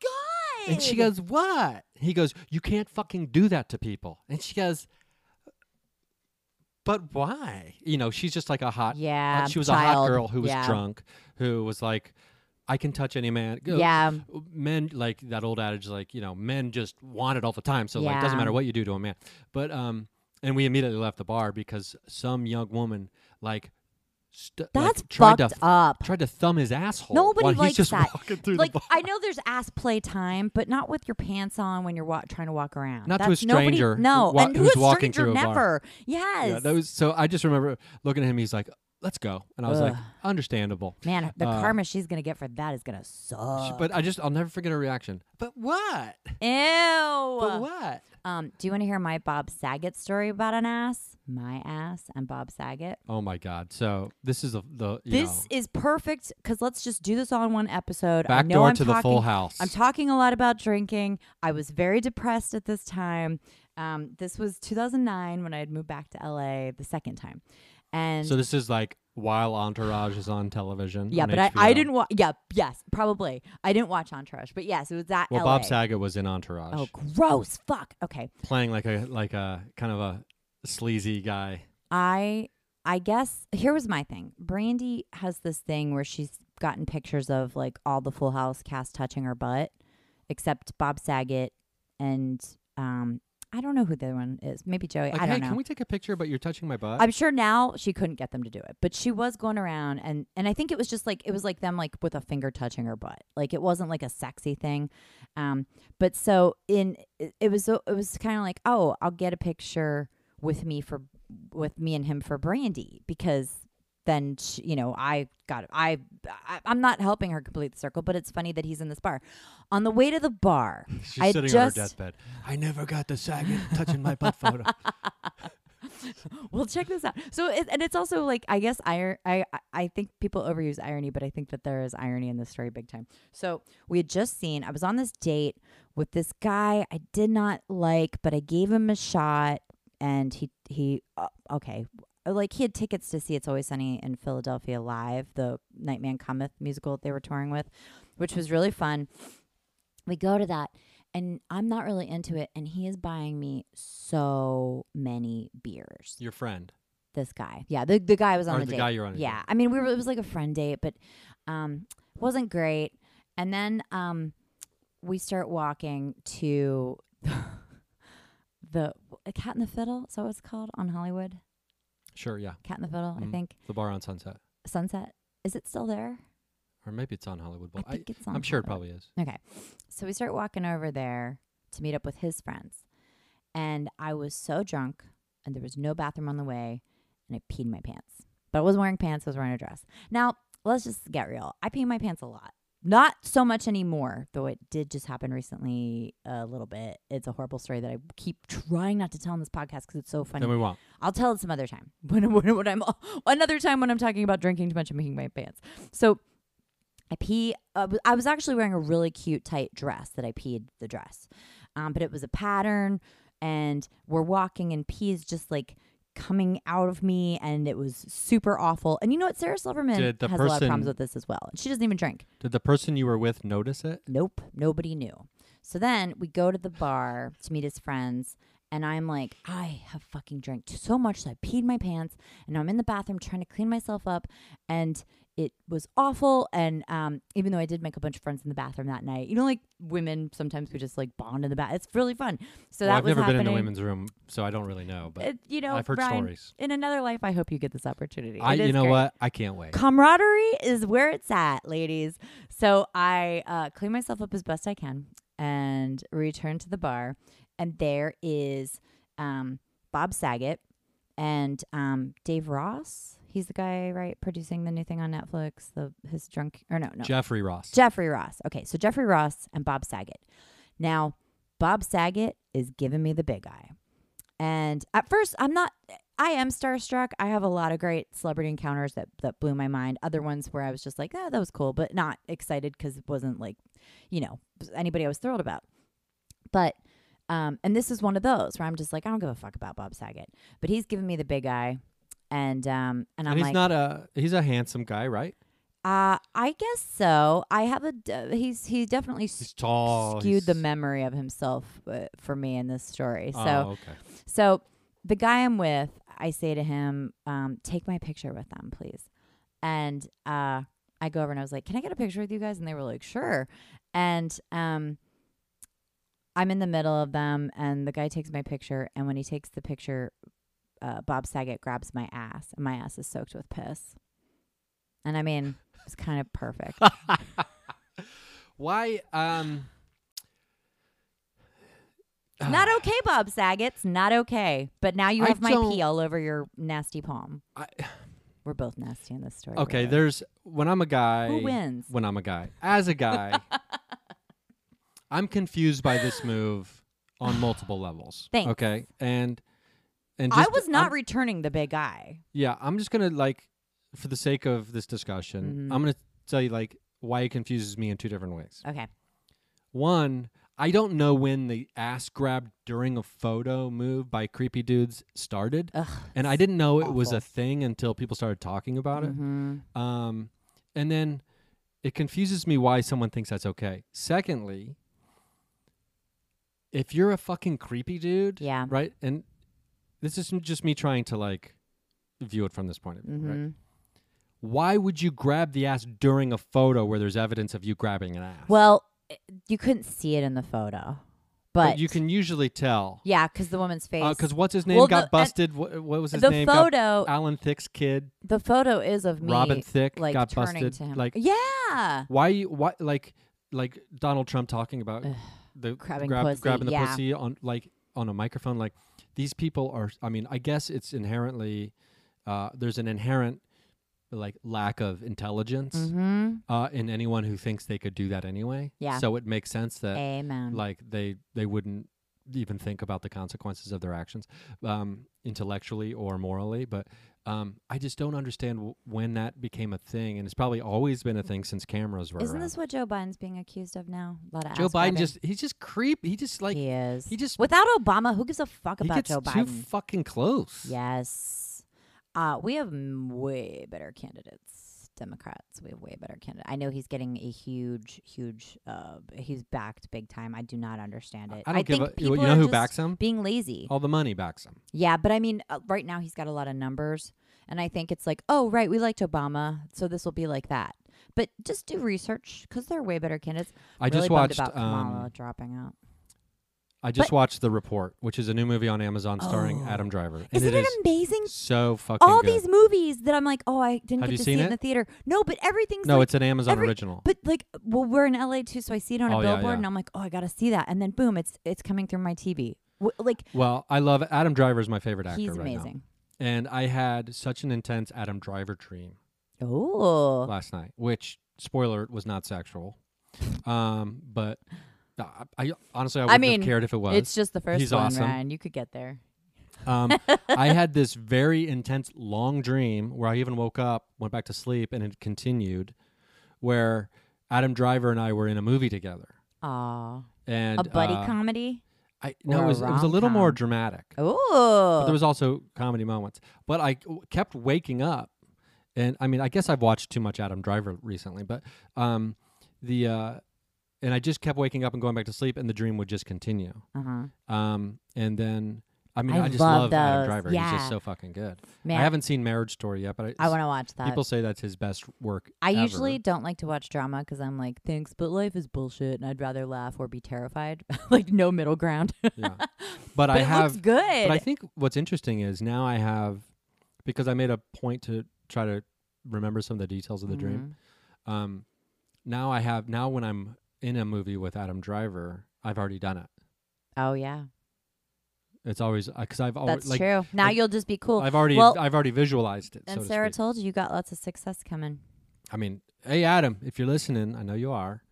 A: god.
B: And she goes, What? He goes, You can't fucking do that to people. And she goes, But why? You know, she's just like a hot,
A: Yeah.
B: she was a hot
A: child.
B: girl who was
A: Yeah.
B: drunk, who was like, I can touch any man. Go-
A: Yeah.
B: Men, like that old adage, like, you know, men just want it all the time. So, like, it doesn't
A: Yeah.
B: matter what you do to a man. But, um, and we immediately left the bar because some young woman, like, st-
A: That's
B: like, tried to
A: fucked up.
B: tried to thumb his asshole.
A: Nobody
B: while he's
A: likes
B: just
A: that.
B: walking through the
A: like
B: bar.
A: I know there's ass play time, but not with your pants on when you're wa- trying to walk around.
B: Not to a
A: That's- nobody-
B: stranger who-
A: no,
B: wa-
A: and
B: who's
A: to a
B: walking
A: stranger,
B: through a bar.
A: never. Yes.
B: Yeah, that was so. I just remember looking at him. He's like, "Let's go," and I was like,
A: Ugh.
B: "Understandable."
A: Man, the
B: Uh,
A: karma she's gonna get for that is gonna
B: Sh-
A: suck.
B: But I just, I'll never forget her reaction. But what?
A: Ew.
B: But what?
A: Um, do you want to hear my Bob Saget story about an ass? My ass and Bob Saget.
B: Oh my God! So this is the the you
A: This
B: know,
A: is perfect because let's just do this all in one episode. I
B: back
A: know
B: door
A: I'm
B: to the
A: talking,
B: Full House.
A: I'm talking a lot about drinking. I was very depressed at this time. Um, this was 2009 when I had moved back to LA the second time, and
B: so this is like while Entourage is on television.
A: yeah,
B: on
A: but I, I
B: HBO.
A: didn't watch. Yeah, yes, probably I didn't watch Entourage, but yes, it was that.
B: Well,
A: LA.
B: Bob Saget was in Entourage,
A: Oh, gross! Fuck. Okay,
B: playing like a like a kind of a sleazy guy.
A: I I guess here was my thing. Brandy has this thing where she's gotten pictures of like all the Full House cast touching her butt, except Bob Saget and um I don't know who the other one is. Maybe Joey.
B: Like,
A: I don't
B: hey,
A: know.
B: can we take a picture? But you're touching my butt.
A: I'm sure now she couldn't get them to do it, but she was going around and and I think it was just like it was like them like with a finger touching her butt. Like it wasn't like a sexy thing. Um but so in it, it was so- it was kind of like, "Oh, I'll get a picture with me for with me and him for Brandy because then she, you know I got I, I I'm not helping her complete the circle, but it's funny that he's in this bar. On the way to the bar,
B: She's
A: I
B: sitting on her
A: just
B: deathbed. I never got the Saget touching my butt photo.
A: well check this out so it, and it's also like i guess I, I i think people overuse irony but i think that there is irony in this story big time so we had just seen i was on this date with this guy i did not like but i gave him a shot and he he uh, okay like he had tickets to see it's always sunny in philadelphia live the nightman cometh musical they were touring with which was really fun we go to that and i'm not really into it and he is buying me so many beers
B: Your friend.
A: this guy. Yeah, the the guy I was on
B: Or
A: the,
B: the
A: date.
B: guy you're on a
A: yeah,
B: date.
A: I mean, we were it was like a friend date, but um, wasn't great. And then um, we start walking to the Cat in the Fiddle. Is that what it's called on Hollywood?
B: Sure. Yeah.
A: Cat in the Fiddle, I
B: Mm.
A: think.
B: The bar on Sunset.
A: Sunset. Is it still there?
B: Or maybe it's on Hollywood Bowl.
A: I think it's on.
B: I'm sure it
A: Hollywood.
B: probably is.
A: Okay. So we start walking over there to meet up with his friends. And I was so drunk and there was no bathroom on the way and I peed my pants. But I wasn't wearing pants, I was wearing a dress. Now, let's just get real. I pee my pants a lot. Not so much anymore, though it did just happen recently a little bit. It's a horrible story that I keep trying not to tell in this podcast because it's so funny.
B: Then we won't.
A: I'll tell it some other time. When, when, when I'm another time when I'm talking about drinking too much and making my pants. So I pee. Uh, I was actually wearing a really cute tight dress that I peed the dress, um, but it was a pattern, and we're walking, and pee is just like coming out of me, and it was super awful. And you know what? Sarah Silverman has
B: Did the
A: a lot of
B: person-
A: problems with this as well. She doesn't even drink.
B: Did the person you were with notice it?
A: Nope, nobody knew. So then we go to the bar to meet his friends, and I'm like, I have fucking drank so much that I peed my pants, and I'm in the bathroom trying to clean myself up, and it was awful. And um, even though I did make a bunch of friends in the bathroom that night, you know, like women sometimes we just like bond in the bath. It's really fun. So
B: well,
A: that
B: I've
A: was
B: never
A: happening.
B: been in the women's room, so I don't really know. But
A: It- you know,
B: I've heard
A: Brian,
B: stories.
A: In another life, I hope you get this opportunity.
B: I,
A: It is
B: you know
A: great
B: what? I can't wait.
A: camaraderie is where it's at, ladies. So I uh, clean myself up as best I can and return to the bar. And there is um, Bob Saget and um, Dave Ross. He's the guy, right, producing the new thing on Netflix. The his drunk or no, no,
B: Jeffrey Ross.
A: Jeffrey Ross. Okay, so Jeffrey Ross and Bob Saget. Now, Bob Saget is giving me the big eye. And at first, I'm not, I am starstruck. I have a lot of great celebrity encounters that, that blew my mind. Other ones where I was just like, oh, that was cool, but not excited because it wasn't like, you know, anybody I was thrilled about. But, um, and this is one of those where I'm just like, I don't give a fuck about Bob Saget, but he's giving me the big eye. And, um, and I'm
B: and he's
A: like,
B: not a he's a handsome guy, right?
A: uh, I guess so. I have a, d- he's, he definitely
B: He's tall.
A: skewed the
B: Oh, he's-
A: memory of himself uh, for me in this story. So,
B: Oh, okay.
A: so the guy I'm with, I say to him, um, "Take my picture with them, please." And uh, I go over and I was like, "Can I get a picture with you guys?" And they were like, "Sure." And um, I'm in the middle of them, and the guy takes my picture. And when he takes the picture, uh, Bob Saget grabs my ass, and my ass is soaked with piss. And I mean, it's kind of perfect.
B: Why? Um, uh,
A: It's not okay, Bob Saget. It's not okay. But now you
B: I
A: have my
B: don't-
A: pee all over your nasty palm.
B: I-
A: We're both nasty in this story.
B: okay.
A: really.
B: There's when I'm a guy.
A: Who wins?
B: When I'm a guy, as a guy, I'm confused by this move on multiple levels.
A: Thanks.
B: Okay, and and
A: I
B: just-
A: was not
B: I'm-
A: returning the big eye.
B: yeah, I'm just gonna like, for the sake of this discussion,
A: Mm-hmm.
B: I'm gonna tell you like why it confuses me in two different ways.
A: Okay.
B: One, I don't know when the ass grab during a photo move by creepy dudes started,
A: Ugh,
B: and I didn't know it was
A: awful.
B: a thing until people started talking about
A: Mm-hmm.
B: it. Um, and then it confuses me why someone thinks that's okay. Secondly, if you're a fucking creepy dude,
A: Yeah.
B: right, and this isn't just me trying to like view it from this point of view, right?
A: Mm-hmm.
B: Why would you grab the ass during a photo where there's evidence of you grabbing an ass?
A: Well, i- you couldn't see it in the photo, but,
B: you can usually tell.
A: Yeah, because the woman's face.
B: Because Uh, what's his name
A: Well,
B: got
A: the- and-
B: busted? What, what was his
A: the
B: name? Got-
A: photo,
B: Alan Thick's kid,
A: the photo is of me,
B: Robin Thicke,
A: like
B: got
A: turning
B: busted.
A: to him.
B: Like
A: yeah,
B: why? you- Why? Like, like Donald Trump talking about the
A: Grabbing
B: grab,
A: pussy,
B: grabbing the
A: yeah.
B: pussy on like on a microphone. Like these people are. I mean, I guess it's inherently uh, there's an inherent like lack of intelligence
A: mm-hmm.
B: uh, in anyone who thinks they could do that anyway.
A: Yeah.
B: So it makes sense that
A: amen.
B: like they they wouldn't even think about the consequences of their actions um, intellectually or morally but um, i just don't understand w- when that became a thing and it's probably always been a thing since cameras were
A: Isn't
B: around.
A: this what Joe Biden's being accused of now? A lot of
B: joe
A: ass
B: biden
A: grabbing.
B: just he's just creep he just like
A: he is.
B: he just-
A: without Obama, who gives a fuck
B: he
A: about
B: gets
A: Joe
B: too
A: Biden?
B: fucking close
A: Yes. Uh, we have m- way better candidates, Democrats. We have way better candidates. I know he's getting a huge, huge. Uh, b- he's backed big time. I do not understand it.
B: i don't give
A: think
B: a you
A: people
B: know
A: are
B: who
A: just
B: backs him Oh.
A: being lazy.
B: all the money backs him
A: Yeah, but I mean, uh, right now he's got a lot of numbers, and I think it's like, oh, right, we liked Obama, so this will be like that. But just do research because they're way better candidates.
B: i
A: really
B: just
A: bummed
B: watched
A: about Kamala
B: um,
A: dropping out.
B: i just
A: But- Oh.
B: watched the report which is a new movie on amazon starring adam driver and
A: Isn't
B: it
A: it
B: is
A: amazing?
B: so fucking
A: All
B: good.
A: these movies that I'm like, oh, I didn't
B: Have
A: get
B: you
A: to
B: seen
A: see it
B: it?
A: in the theater. No, but everything's
B: no
A: like,
B: it's an amazon
A: every-
B: original
A: But like, well, we're in LA too, so I see it on a
B: Oh, yeah,
A: billboard,
B: yeah.
A: and I'm like, oh, I gotta see that, and then boom, it's it's coming through my TV. Wh- Like
B: Well, I love Adam Driver is my favorite actor
A: he's
B: right
A: amazing.
B: now, and I had such an intense Adam Driver dream
A: Oh,
B: last night, which spoiler was not sexual, um, but I, I honestly I wouldn't
A: mean,
B: have cared if it was.
A: it's just the first
B: He's
A: one,
B: awesome.
A: Ryan. You could get there.
B: Um, I had this very intense long dream where I even woke up, went back to sleep, and it continued, where Adam Driver and I were in a movie together,
A: Aw,
B: and
A: a buddy
B: uh,
A: comedy.
B: I, no,
A: or
B: it
A: a
B: was, it was a little more
A: rom-com?
B: dramatic. But
A: Oh,
B: there was also comedy moments. But I w- kept waking up, and I mean, I guess I've watched too much Adam Driver recently, but um, the uh, and I just kept waking up and going back to sleep, and the dream would just continue.
A: uh-huh.
B: Um, and then I mean, I,
A: I
B: just
A: love
B: love Adam
A: those.
B: Driver. He's
A: Yeah.
B: just so fucking good.
A: man,
B: I
A: I,
B: haven't seen Marriage Story yet, but I,
A: want to watch that.
B: people say that's his best work.
A: I
B: ever.
A: usually don't like to watch drama because I'm like, thanks, but life is bullshit, and I'd rather laugh or be terrified. like no middle ground.
B: yeah. But,
A: but
B: I
A: it
B: have
A: looks good.
B: But I think what's interesting is now I have because I made a point to try to remember some of the details of the dream. Um, now I have now when I'm in a movie with Adam Driver, I've already done it.
A: oh yeah,
B: It's always because I've always
A: That's
B: like
A: true. Now
B: like,
A: you'll just be cool.
B: I've already
A: Well-
B: I've already visualized it. so
A: and
B: to
A: Sarah
B: speak.
A: told you you got lots of success coming.
B: I mean, hey Adam, if you're listening, I know you are.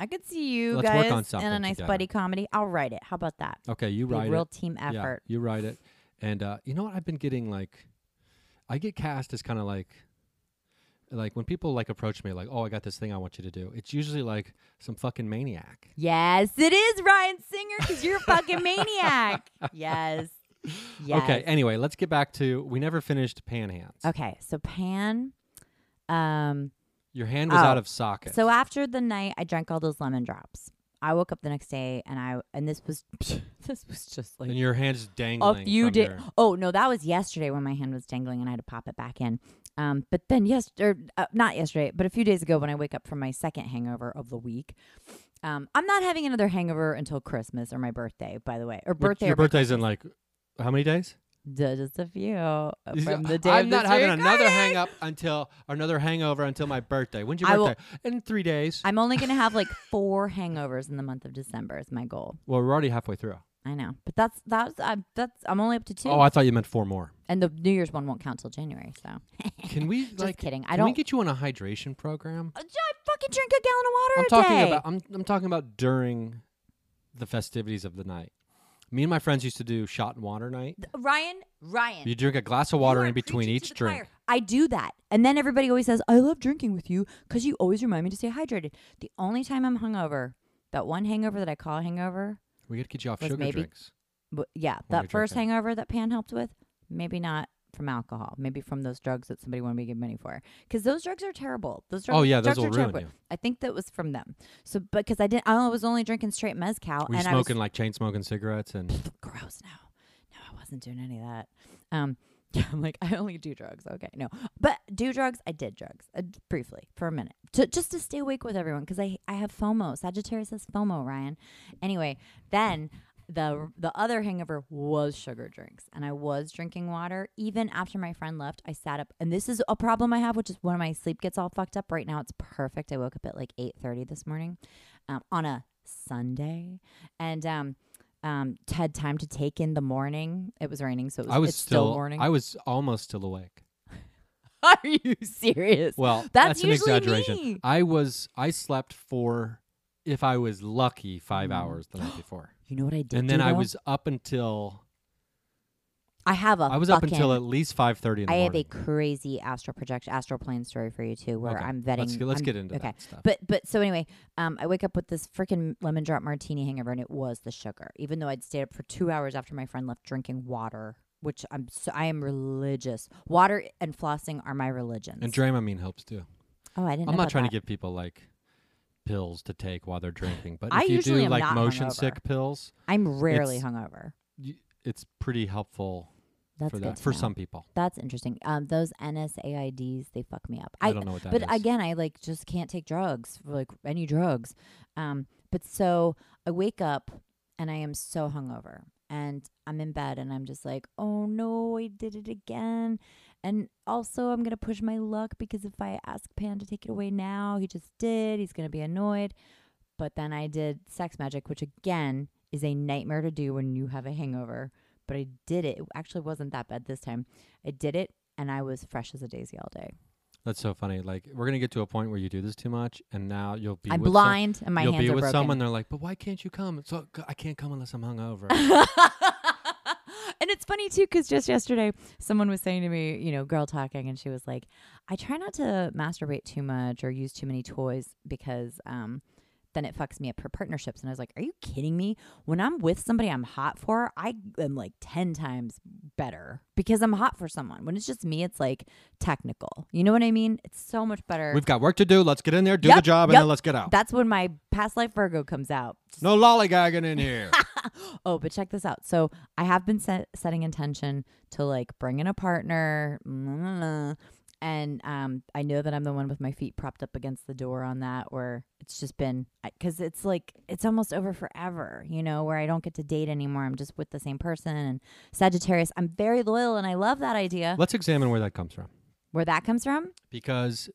A: I could see you
B: Let's work
A: guys
B: on
A: in a
B: something
A: nice
B: together.
A: buddy comedy. I'll write it. How about that?
B: Okay, you
A: Be
B: write
A: a real
B: it.
A: team
B: Yeah,
A: effort.
B: you write it. And uh, you know what? I've been getting like, I get cast as kind of like, like when people like approach me like, oh, I got this thing I want you to do. It's usually like some fucking maniac.
A: Yes, it is Ryan Singer because you're a fucking maniac. Yes. Yes.
B: Okay. Anyway, let's get back to we never finished pan hands.
A: Okay. So Pan, um,
B: Your hand was
A: Oh.
B: out of socket.
A: So after the night I drank all those lemon drops, I woke up the next day and I and this was this was just like
B: and your hand's dangling.
A: a few
B: from
A: days.
B: your-
A: Oh no, that was yesterday when my hand was dangling and I had to pop it back in. Um, but then yes, or uh, not yesterday, but a few days ago when I wake up from my second hangover of the week. Um, I'm not having another hangover until Christmas or my birthday, by the way, or
B: But
A: birthday.
B: Your
A: or my-
B: birthday's in like how many days?
A: Duh, just a few uh,
B: You see,
A: from the day.
B: I'm
A: of
B: not
A: this
B: having another
A: recording.
B: hang up until another hangover until my birthday. When's your
A: I will-
B: birthday? in three days.
A: I'm only gonna have like four hangovers in the month of December. Is my goal.
B: well, we're already halfway through.
A: I know, but that's that's uh, that's I'm only up to two,
B: Oh, I thought you meant four more.
A: and the New Year's one won't count till January. So
B: Can we
A: just
B: like?
A: kidding. I
B: Can we
A: don't.
B: get you on a hydration program?
A: I fucking drink a gallon of water
B: I'm
A: a
B: talking
A: day.
B: about. I'm I'm talking about during the festivities of the night. Me and my friends used to do shot and water night.
A: Ryan, Ryan.
B: You drink a glass of
A: you
B: water
A: are
B: in between
A: preaching to
B: each
A: the
B: drink.
A: choir. I do that. And then everybody always says, I love drinking with you because you always remind me to stay hydrated. The only time I'm hungover, that one hangover that I call a hangover,
B: We got to get you off
A: Was
B: sugar
A: maybe-
B: drinks.
A: but yeah,
B: you're
A: that first
B: drinking.
A: hangover that Pan helped with, maybe not from alcohol, maybe from those drugs that somebody wanted me to give money for. Because those drugs are terrible. Those drugs,
B: Oh yeah, those
A: drugs
B: will
A: are
B: ruin
A: terrible.
B: you.
A: I think that was from them. So, because I didn't, I was only drinking straight mezcal,
B: Were you
A: and
B: smoking like chain smoking cigarettes
A: I
B: and
A: was gross. No, no, I wasn't doing any of that. Um, I'm like, I only do drugs. Okay, no, but do drugs. I did drugs uh, briefly for a minute, to, just to stay awake with everyone, because I I have FOMO. Sagittarius has FOMO, Ryan. Anyway, then. The, the other hangover was sugar drinks and i was drinking water even after my friend left i sat up and this is a problem i have which is when my sleep gets all fucked up right now it's perfect i woke up at like 8.30 this morning um, on a sunday and um, um, had time to take in the morning. It was raining, so it was,
B: I was
A: it's
B: still,
A: still, morning.
B: I was almost still awake.
A: Are you serious?
B: Well,
A: That's
B: that's, an
A: usually
B: exaggeration.
A: me.
B: I was I slept for if I was lucky 5
A: Mm.
B: hours the night before.
A: you know what I did?
B: and then
A: do,
B: I
A: though?
B: was up until
A: I have a.
B: I was up
A: fucking-
B: until at least 5:30 in the
A: Oh, I have a
B: morning.
A: crazy astral projection, astral plane story for you too, where
B: Okay,
A: I'm vetting.
B: let's get, let's
A: I'm-
B: get into
A: okay.
B: that stuff.
A: But but so anyway, um, I wake up with this freaking lemon drop martini hangover, and it was the sugar. Even though I'd stayed up for two hours after my friend left drinking water, which I'm so I am religious. Water and flossing are my religions.
B: and Dramamine helps too.
A: oh, I didn't.
B: I'm
A: know
B: not
A: about
B: trying
A: that.
B: to give people like pills to take while they're drinking, but
A: I
B: if you
A: usually
B: do
A: am
B: like
A: not
B: motion
A: hungover.
B: sick pills,
A: I'm rarely
B: It's-
A: hungover.
B: y- it's pretty helpful
A: That's
B: for
A: good
B: that
A: to
B: for
A: know.
B: some people.
A: That's interesting. Um, those NSAIDs, they fuck me up.
B: I,
A: I,
B: don't know what that
A: but
B: is.
A: again, I like just can't take drugs, like any drugs. Um, but so I wake up and I am so hungover, and I'm in bed, and I'm just like, oh no, I did it again. And also, I'm gonna push my luck because if I ask Pan to take it away now, he just did. He's gonna be annoyed. But then I did sex magic, which again is a nightmare to do when you have a hangover. But I did it. It actually wasn't that bad this time. I did it, and I was fresh as a daisy all day.
B: That's so funny. Like we're gonna get to a point where you do this too much, and now you'll be
A: I'm
B: with some-
A: blind, and my
B: you'll
A: hands
B: be
A: are
B: with
A: broken.
B: someone. They're like, "But why can't you come?" So I can't come unless I'm hungover.
A: and it's funny too because just yesterday someone was saying to me you know girl talking and she was like i try not to masturbate too much or use too many toys because um then it fucks me up for partnerships and i was like are you kidding me when i'm with somebody i'm hot for i am like 10 times better because i'm hot for someone when it's just me it's like technical you know what i mean it's so much better
B: We've got work to do. Let's get in there, do the
A: Yep,
B: job,
A: yep.
B: and then let's get out.
A: that's when my past life virgo comes out
B: no lollygagging in here.
A: Oh, but check this out. So I have been set, setting intention to like bring in a partner, blah, blah, blah. and um, I know that I'm the one with my feet propped up against the door on that. Where it's just been because it's like it's almost over forever, you know, where I don't get to date anymore. I'm just with the same person. And Sagittarius, I'm very loyal, and I love that idea.
B: let's examine where that comes from,
A: Where that comes from?
B: because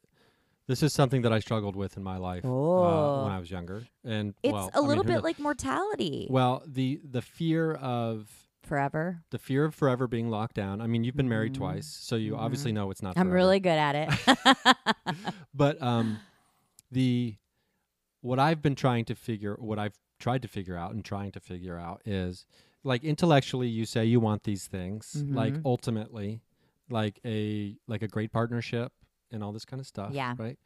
B: this is something that I struggled with in my life uh,
A: Oh.
B: when I was younger, and
A: It's
B: well,
A: a
B: I mean,
A: little
B: who
A: bit
B: knows?
A: like mortality.
B: well the the fear of
A: forever.
B: The fear of forever being locked down. I mean, you've been married
A: Mhm.
B: twice, so you
A: Mhm.
B: obviously know it's not.
A: I'm
B: forever.
A: really good at it.
B: but um, the what I've been trying to figure, what I've tried to figure out, and trying to figure out is like intellectually, you say you want these things, like
A: Mhm.
B: ultimately, like a like a great partnership and all this kind of stuff.
A: Yeah.
B: Right.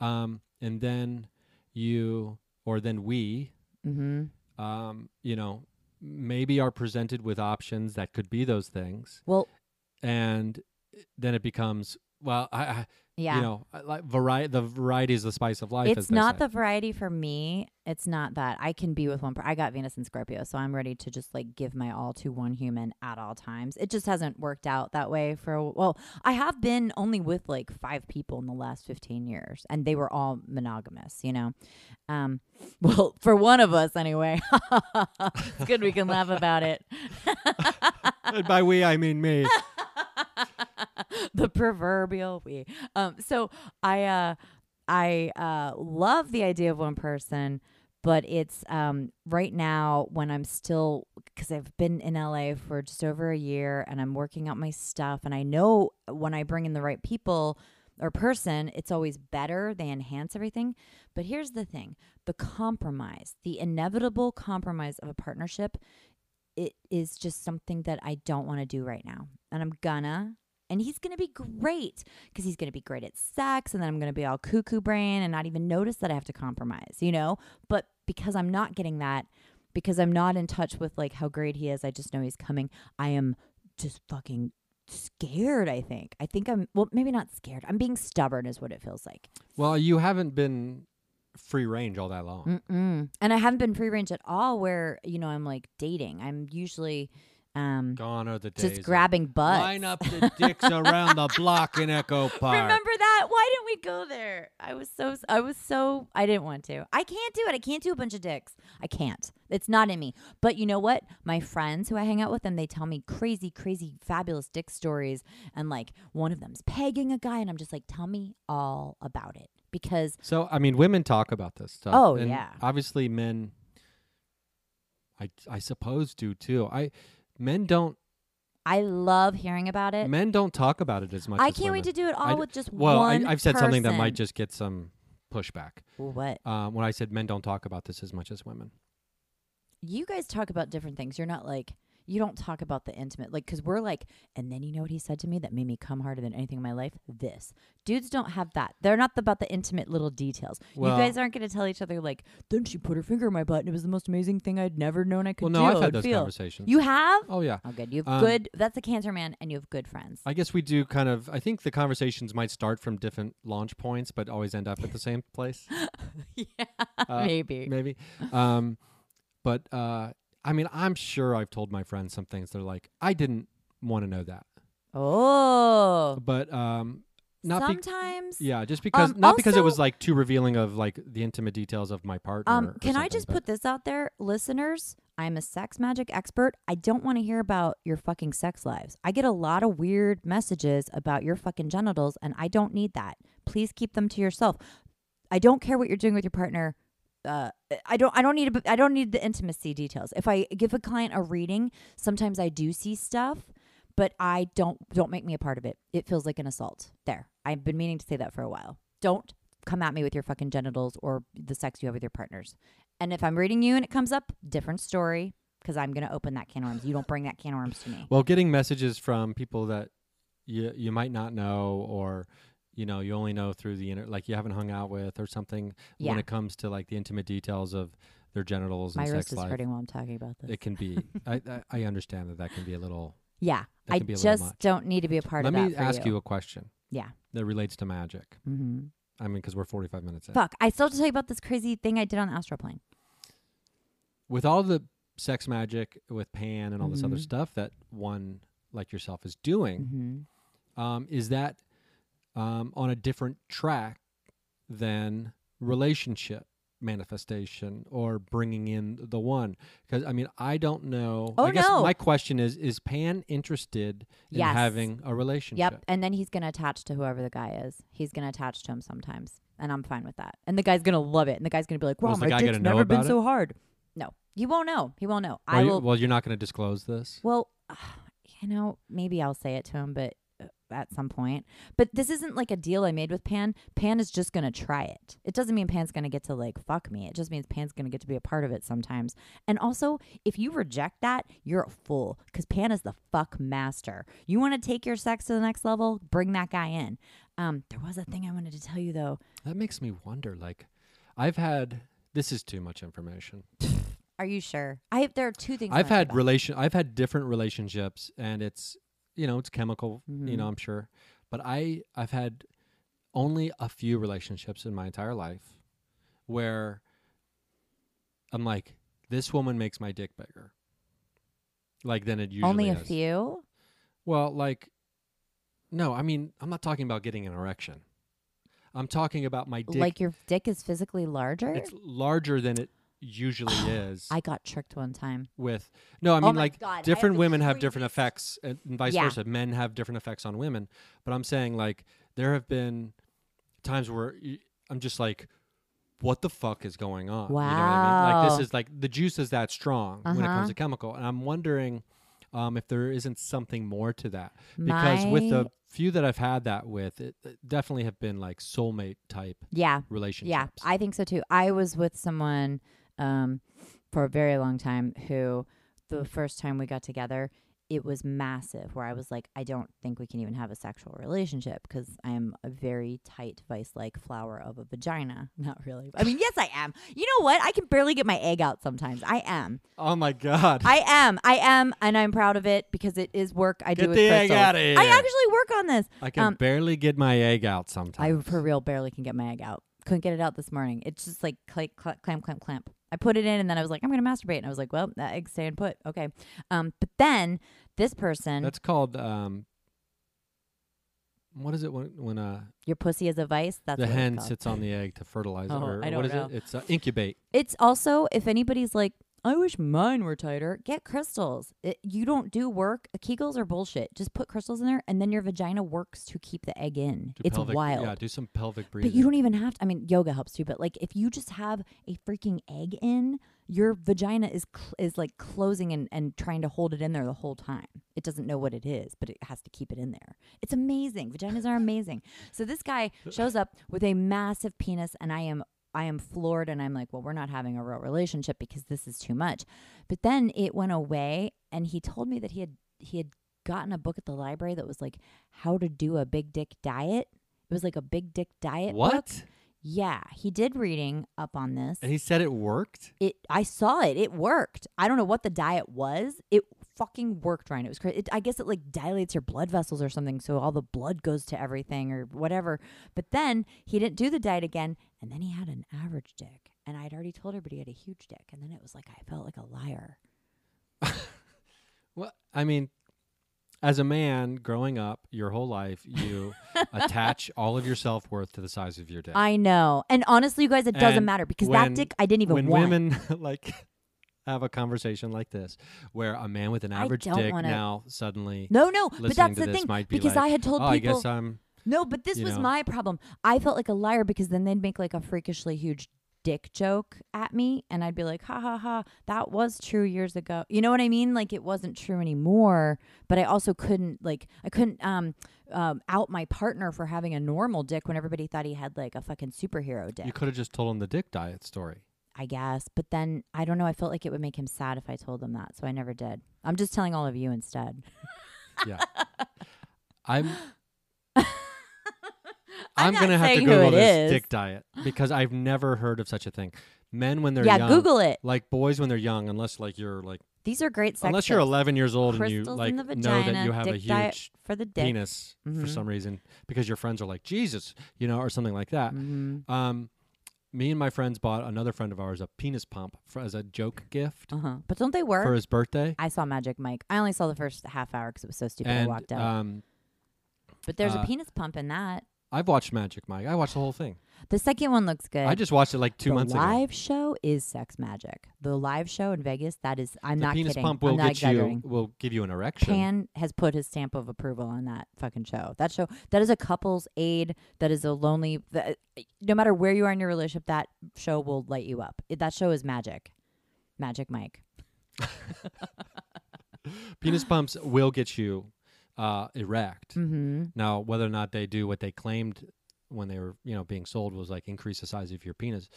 B: Um, and then you, or then we,
A: hmm
B: um, you know, maybe are presented with options that could be those things,
A: Well,
B: and then it becomes well, I, I
A: yeah.
B: you know, I like variety. The variety is the spice of life. as
A: it's
B: they
A: not
B: say.
A: the variety for me. It's not that I can be with one. Per- I got Venus and Scorpio, so I'm ready to just like give my all to one human at all times. It just hasn't worked out that way for a well. I have been only with like five people in the last 15 years, and they were all monogamous. You know, um, well, for one of us anyway. it's good we can laugh about it.
B: And by we, I mean me.
A: the proverbial we. Um, so I uh, I uh, love the idea of one person, but it's um, right now when I'm still because I've been in LA for just over a year and I'm working out my stuff, and I know when I bring in the right people or person, it's always better. They enhance everything. But here's the thing: the compromise, the inevitable compromise of a partnership. It is just something that I don't want to do right now. And I'm gonna and he's going to be great because he's going to be great at sex and then i'm going to be all cuckoo brain and not even notice that i have to compromise you know but because i'm not getting that because i'm not in touch with like how great he is i just know he's coming i am just fucking scared i think i think i'm well maybe not scared i'm being stubborn is what it feels like
B: Well, you haven't been free range all that
A: Mm.
B: long.
A: Mm-mm. and i haven't been free range at all where you know i'm like dating i'm usually um
B: Gone are the days.
A: just
B: of
A: grabbing butts
B: Line up the dicks around the block in Echo Park.
A: Remember that? Why didn't we go there? I was so I was so I didn't want to. I can't do it. I can't do a bunch of dicks. I can't. It's not in me. But you know what? My friends who I hang out with and they tell me crazy, crazy, fabulous dick stories. And like one of them's pegging a guy, and I'm just like, tell me all about it because
B: So, I mean, women talk about this stuff.
A: Oh,
B: and
A: yeah.
B: Obviously, men. I I suppose do too. I men don't
A: I love hearing about it.
B: men don't talk about it as much.
A: I
B: as
A: can't wait to
B: women.
A: do it all
B: I d-
A: with just
B: Well,
A: one.
B: I, I've said something that
A: person.
B: might just get some pushback.
A: what
B: um, when I said men don't talk about this as much as women.
A: you guys talk about different things. You're not like you don't talk about the intimate, like because we're like. And then you know what he said to me that made me come harder than anything in my life. This dudes don't have that. They're not about the intimate little details.
B: Well-
A: you guys aren't going to tell each other like. Then she put her finger in my butt, and it was the most amazing thing I'd never known I could
B: Well,
A: do.
B: no,
A: I
B: I've had
A: would
B: those
A: feel.
B: conversations.
A: You have.
B: oh yeah,
A: Oh, good. You have
B: Um,
A: good. That's a cancer man, and you have good friends.
B: I guess we do kind of. I think the conversations might start from different launch points, but always end up at the same place.
A: yeah,
B: Uh,
A: maybe.
B: maybe. Um, but uh, I mean, I'm sure I've told my friends some things. They're like, I didn't want to know that,
A: Oh,
B: but um, not be-
A: sometimes.
B: yeah, just because
A: Um,
B: not because it
A: also-
B: was like too revealing of like the intimate details of my partner.
A: Um,
B: or
A: can I
B: something,
A: just
B: but-
A: put this out there, listeners? I'm a sex magic expert. I don't want to hear about your fucking sex lives. I get a lot of weird messages about your fucking genitals, and I don't need that. Please keep them to yourself. I don't care what you're doing with your partner. Uh, I don't. I don't need. A, I don't need the intimacy details. If I give a client a reading, sometimes I do see stuff, but I don't. Don't make me a part of it. It feels like an assault. There. I've been meaning to say that for a while. Don't come at me with your fucking genitals or the sex you have with your partners. And if I'm reading you and it comes up, different story because I'm gonna open that can of worms. You don't bring that can of worms to me.
B: Well, getting messages from people that you you might not know or you know you only know through the inner like you haven't hung out with or something
A: Yeah.
B: when it comes to like the intimate details of their genitals
A: My
B: and
A: wrist
B: sex
A: is
B: life.
A: hurting while I'm talking about this.
B: It can be. I, I I understand that that can be a little.
A: yeah,
B: that
A: I
B: can be a little
A: just
B: much.
A: don't need to be a part
B: Let
A: of that.
B: me
A: for
B: ask you. a question.
A: Yeah.
B: That relates to magic.
A: Mm-hmm.
B: I mean, because we're forty five minutes in.
A: Fuck! I still have to tell you about this crazy thing I did on the astral plane.
B: With all the sex magic with Pan and all this other
A: Mhm.
B: stuff that one like yourself is doing,
A: Mm-hmm.
B: um, is that um, on a different track than relationship manifestation or bringing in the one because i mean i don't know
A: Oh,
B: i guess
A: no.
B: my question is is pan interested in
A: Yes.
B: having a relationship
A: Yep. And then he's gonna attach to whoever the guy is. He's gonna attach to him sometimes, and I'm fine with that. And the guy's gonna love it, and the guy's gonna be like,
B: Well,
A: "Wow,
B: is the
A: my
B: guy
A: dick's
B: gonna know
A: never been
B: about it?
A: so hard." No, You won't know. He won't know.
B: Well,
A: I
B: you-
A: will.
B: well you're not going to disclose this.
A: Well, you know, maybe I'll say it to him, but uh, at some point. But this isn't like a deal I made with Pan. Pan is just going to try it. It doesn't mean Pan's going to get to like fuck me. It just means Pan's going to get to be a part of it sometimes. And also, if you reject that, you're a fool because Pan is the fuck master. You want to take your sex to the next level? Bring that guy in. Um, there was a thing I wanted to tell you though.
B: That makes me wonder. Like, I've had this is too much information.
A: Are you sure? I there are two things I
B: I've
A: wanna talk
B: had
A: about.
B: relation. I've had different relationships, and it's you know it's chemical. You
A: Mm-hmm.
B: know, I'm sure, but I I've had only a few relationships in my entire life where I'm like, this woman makes my dick bigger. Like then it usually
A: only a
B: is.
A: few.
B: Well, like, no, I mean, I'm not talking about getting an erection. I'm talking about my dick.
A: Like your dick is physically larger.
B: it's larger than it usually is.
A: I got tricked one time.
B: with no, I
A: Oh
B: mean,
A: my
B: like
A: God, I have
B: different
A: the
B: women have different
A: craziest-
B: effects, and, and vice
A: Yeah.
B: versa. Men have different effects on women. But I'm saying, like, there have been times where y- I'm just like, what the fuck is going on? You know what I mean? Like,
A: Wow.
B: this is like the juice is that strong when it
A: Uh-huh.
B: comes to chemical, and I'm wondering. Um, if there isn't something more to that, because with the
A: My-
B: few that I've had that with, it, it definitely have been like soulmate type
A: Yeah.
B: relationships.
A: Yeah, I think so too. I was with someone um, for a very long time who, the first time we got together, it was massive. Where I was like, I don't think we can even have a sexual relationship because I am a very tight vice-like flower of a vagina. Not really. I mean, yes, I am. You know what? I can barely get my egg out sometimes. I am.
B: oh my god!
A: I am. I am, and I'm proud of it because it is work I
B: Get
A: do. with
B: the egg
A: crystals.
B: outta
A: I
B: here.
A: actually work on this.
B: I can
A: um,
B: barely get my egg out
A: I
B: sometimes.
A: for real barely can get my egg out. Couldn't get it out this morning. It's just like cl- cl- clamp, clamp, clamp. I put it in, and then I was like, I'm gonna masturbate, and I was like, well, that egg's staying put. Okay. Um, but then this person,
B: That's called um. What is it when when uh
A: your pussy is a vice. That's
B: the
A: what it's
B: hen
A: called.
B: sits on the egg to fertilize it,
A: Oh,
B: or
A: I
B: what
A: don't
B: is
A: know.
B: it? It's uh, incubate.
A: It's also if anybody's like, I wish mine were tighter. Get crystals. It, you don't do work. Kegels are bullshit. Just put crystals in there, and then your vagina works to keep the egg in.
B: Do
A: it's
B: pelvic,
A: wild.
B: Yeah, do some pelvic breathing.
A: But you don't even have to. I mean, yoga helps too. But like, if you just have a freaking egg in, your vagina is cl- is like closing and and trying to hold it in there the whole time. It doesn't know what it is, but it has to keep it in there. It's amazing. Vaginas are amazing. So this guy shows up with a massive penis, and I am. I am floored and I'm like, well, we're not having a real relationship because this is too much. But then it went away and he told me that he had he had gotten a book at the library that was like how to do a big dick diet. It was like a big dick diet. book.
B: what?
A: Yeah, he did reading up on this.
B: And he said it worked.
A: It I saw it. It worked. I don't know what the diet was. It fucking worked, Ryan. It was crazy. It, I guess it like dilates your blood vessels or something, so all the blood goes to everything or whatever. But then he didn't do the diet again, and then he had an average dick. And I had already told everybody he had a huge dick, and then it was like I felt like a liar.
B: Well, I mean, as a man growing up your whole life, you attach all of your self worth to the size of your dick.
A: I know. And honestly, you guys, it doesn't
B: And
A: matter because
B: when-
A: that dick I didn't even
B: when
A: want.
B: women like have a conversation like this, where a man with an
A: I
B: average
A: don't
B: dick
A: wanna-
B: now suddenly
A: no, no,
B: listening
A: but that's
B: to
A: the
B: this
A: thing
B: might be
A: because
B: like,
A: I had told
B: oh, I
A: people
B: guess I'm
A: No, but this
B: you
A: was
B: know?
A: my problem. I felt like a liar because then they'd make like a freakishly huge dick joke at me and I'd be like, ha ha ha, that was true years ago. You know what I mean? Like it wasn't true anymore, but I also couldn't like I couldn't um um out my partner for having a normal dick when everybody thought he had like a fucking superhero dick.
B: You could have just told him the dick diet story.
A: I guess. But then I don't know, I felt like it would make him sad if I told him that, so I never did. I'm just telling all of you instead.
B: Yeah. I'm
A: I'm
B: I'm,
A: not
B: gonna have to
A: saying who
B: Google
A: it
B: this
A: is.
B: dick diet because I've never heard of such a thing. Men when they're
A: yeah,
B: young
A: Google it.
B: like boys when they're young, unless like you're like
A: These are great sex
B: unless you're
A: tips.
B: eleven years old and you
A: crystals
B: like
A: in the
B: know
A: vagina
B: that you have a
A: dick diet
B: huge
A: for the dick.
B: penis for
A: Mhm.
B: some reason because your friends are like, Jesus, you know, or something like that.
A: Mm-hmm.
B: Um me and my friends bought another friend of ours a penis pump for, as a joke gift
A: Uh huh. But don't they work?
B: for his birthday.
A: I saw Magic Mike. I only saw the first half hour because it was so stupid. I
B: and
A: walked out.
B: um,
A: but there's
B: uh,
A: a penis pump in that.
B: I've watched Magic Mike. I watched the whole thing.
A: The second one looks good.
B: I just watched it like two
A: the
B: months ago.
A: live show is sex magic. The live show in Vegas. That is. I'm
B: the
A: not
B: penis
A: kidding.
B: pump
A: I'm
B: will
A: not
B: get you
A: exaggerating.
B: will give you an erection.
A: Pan has put his stamp of approval on that fucking show. That show. That is a couple's aid. That is a lonely. That, no matter where you are in your relationship, that show will light you up. It, that show is magic. Magic Mike.
B: Penis pumps will get you uh, erect.
A: Mm-hmm.
B: Now, whether or not they do what they claimed when they were, you know, being sold was like increase the size of your penis.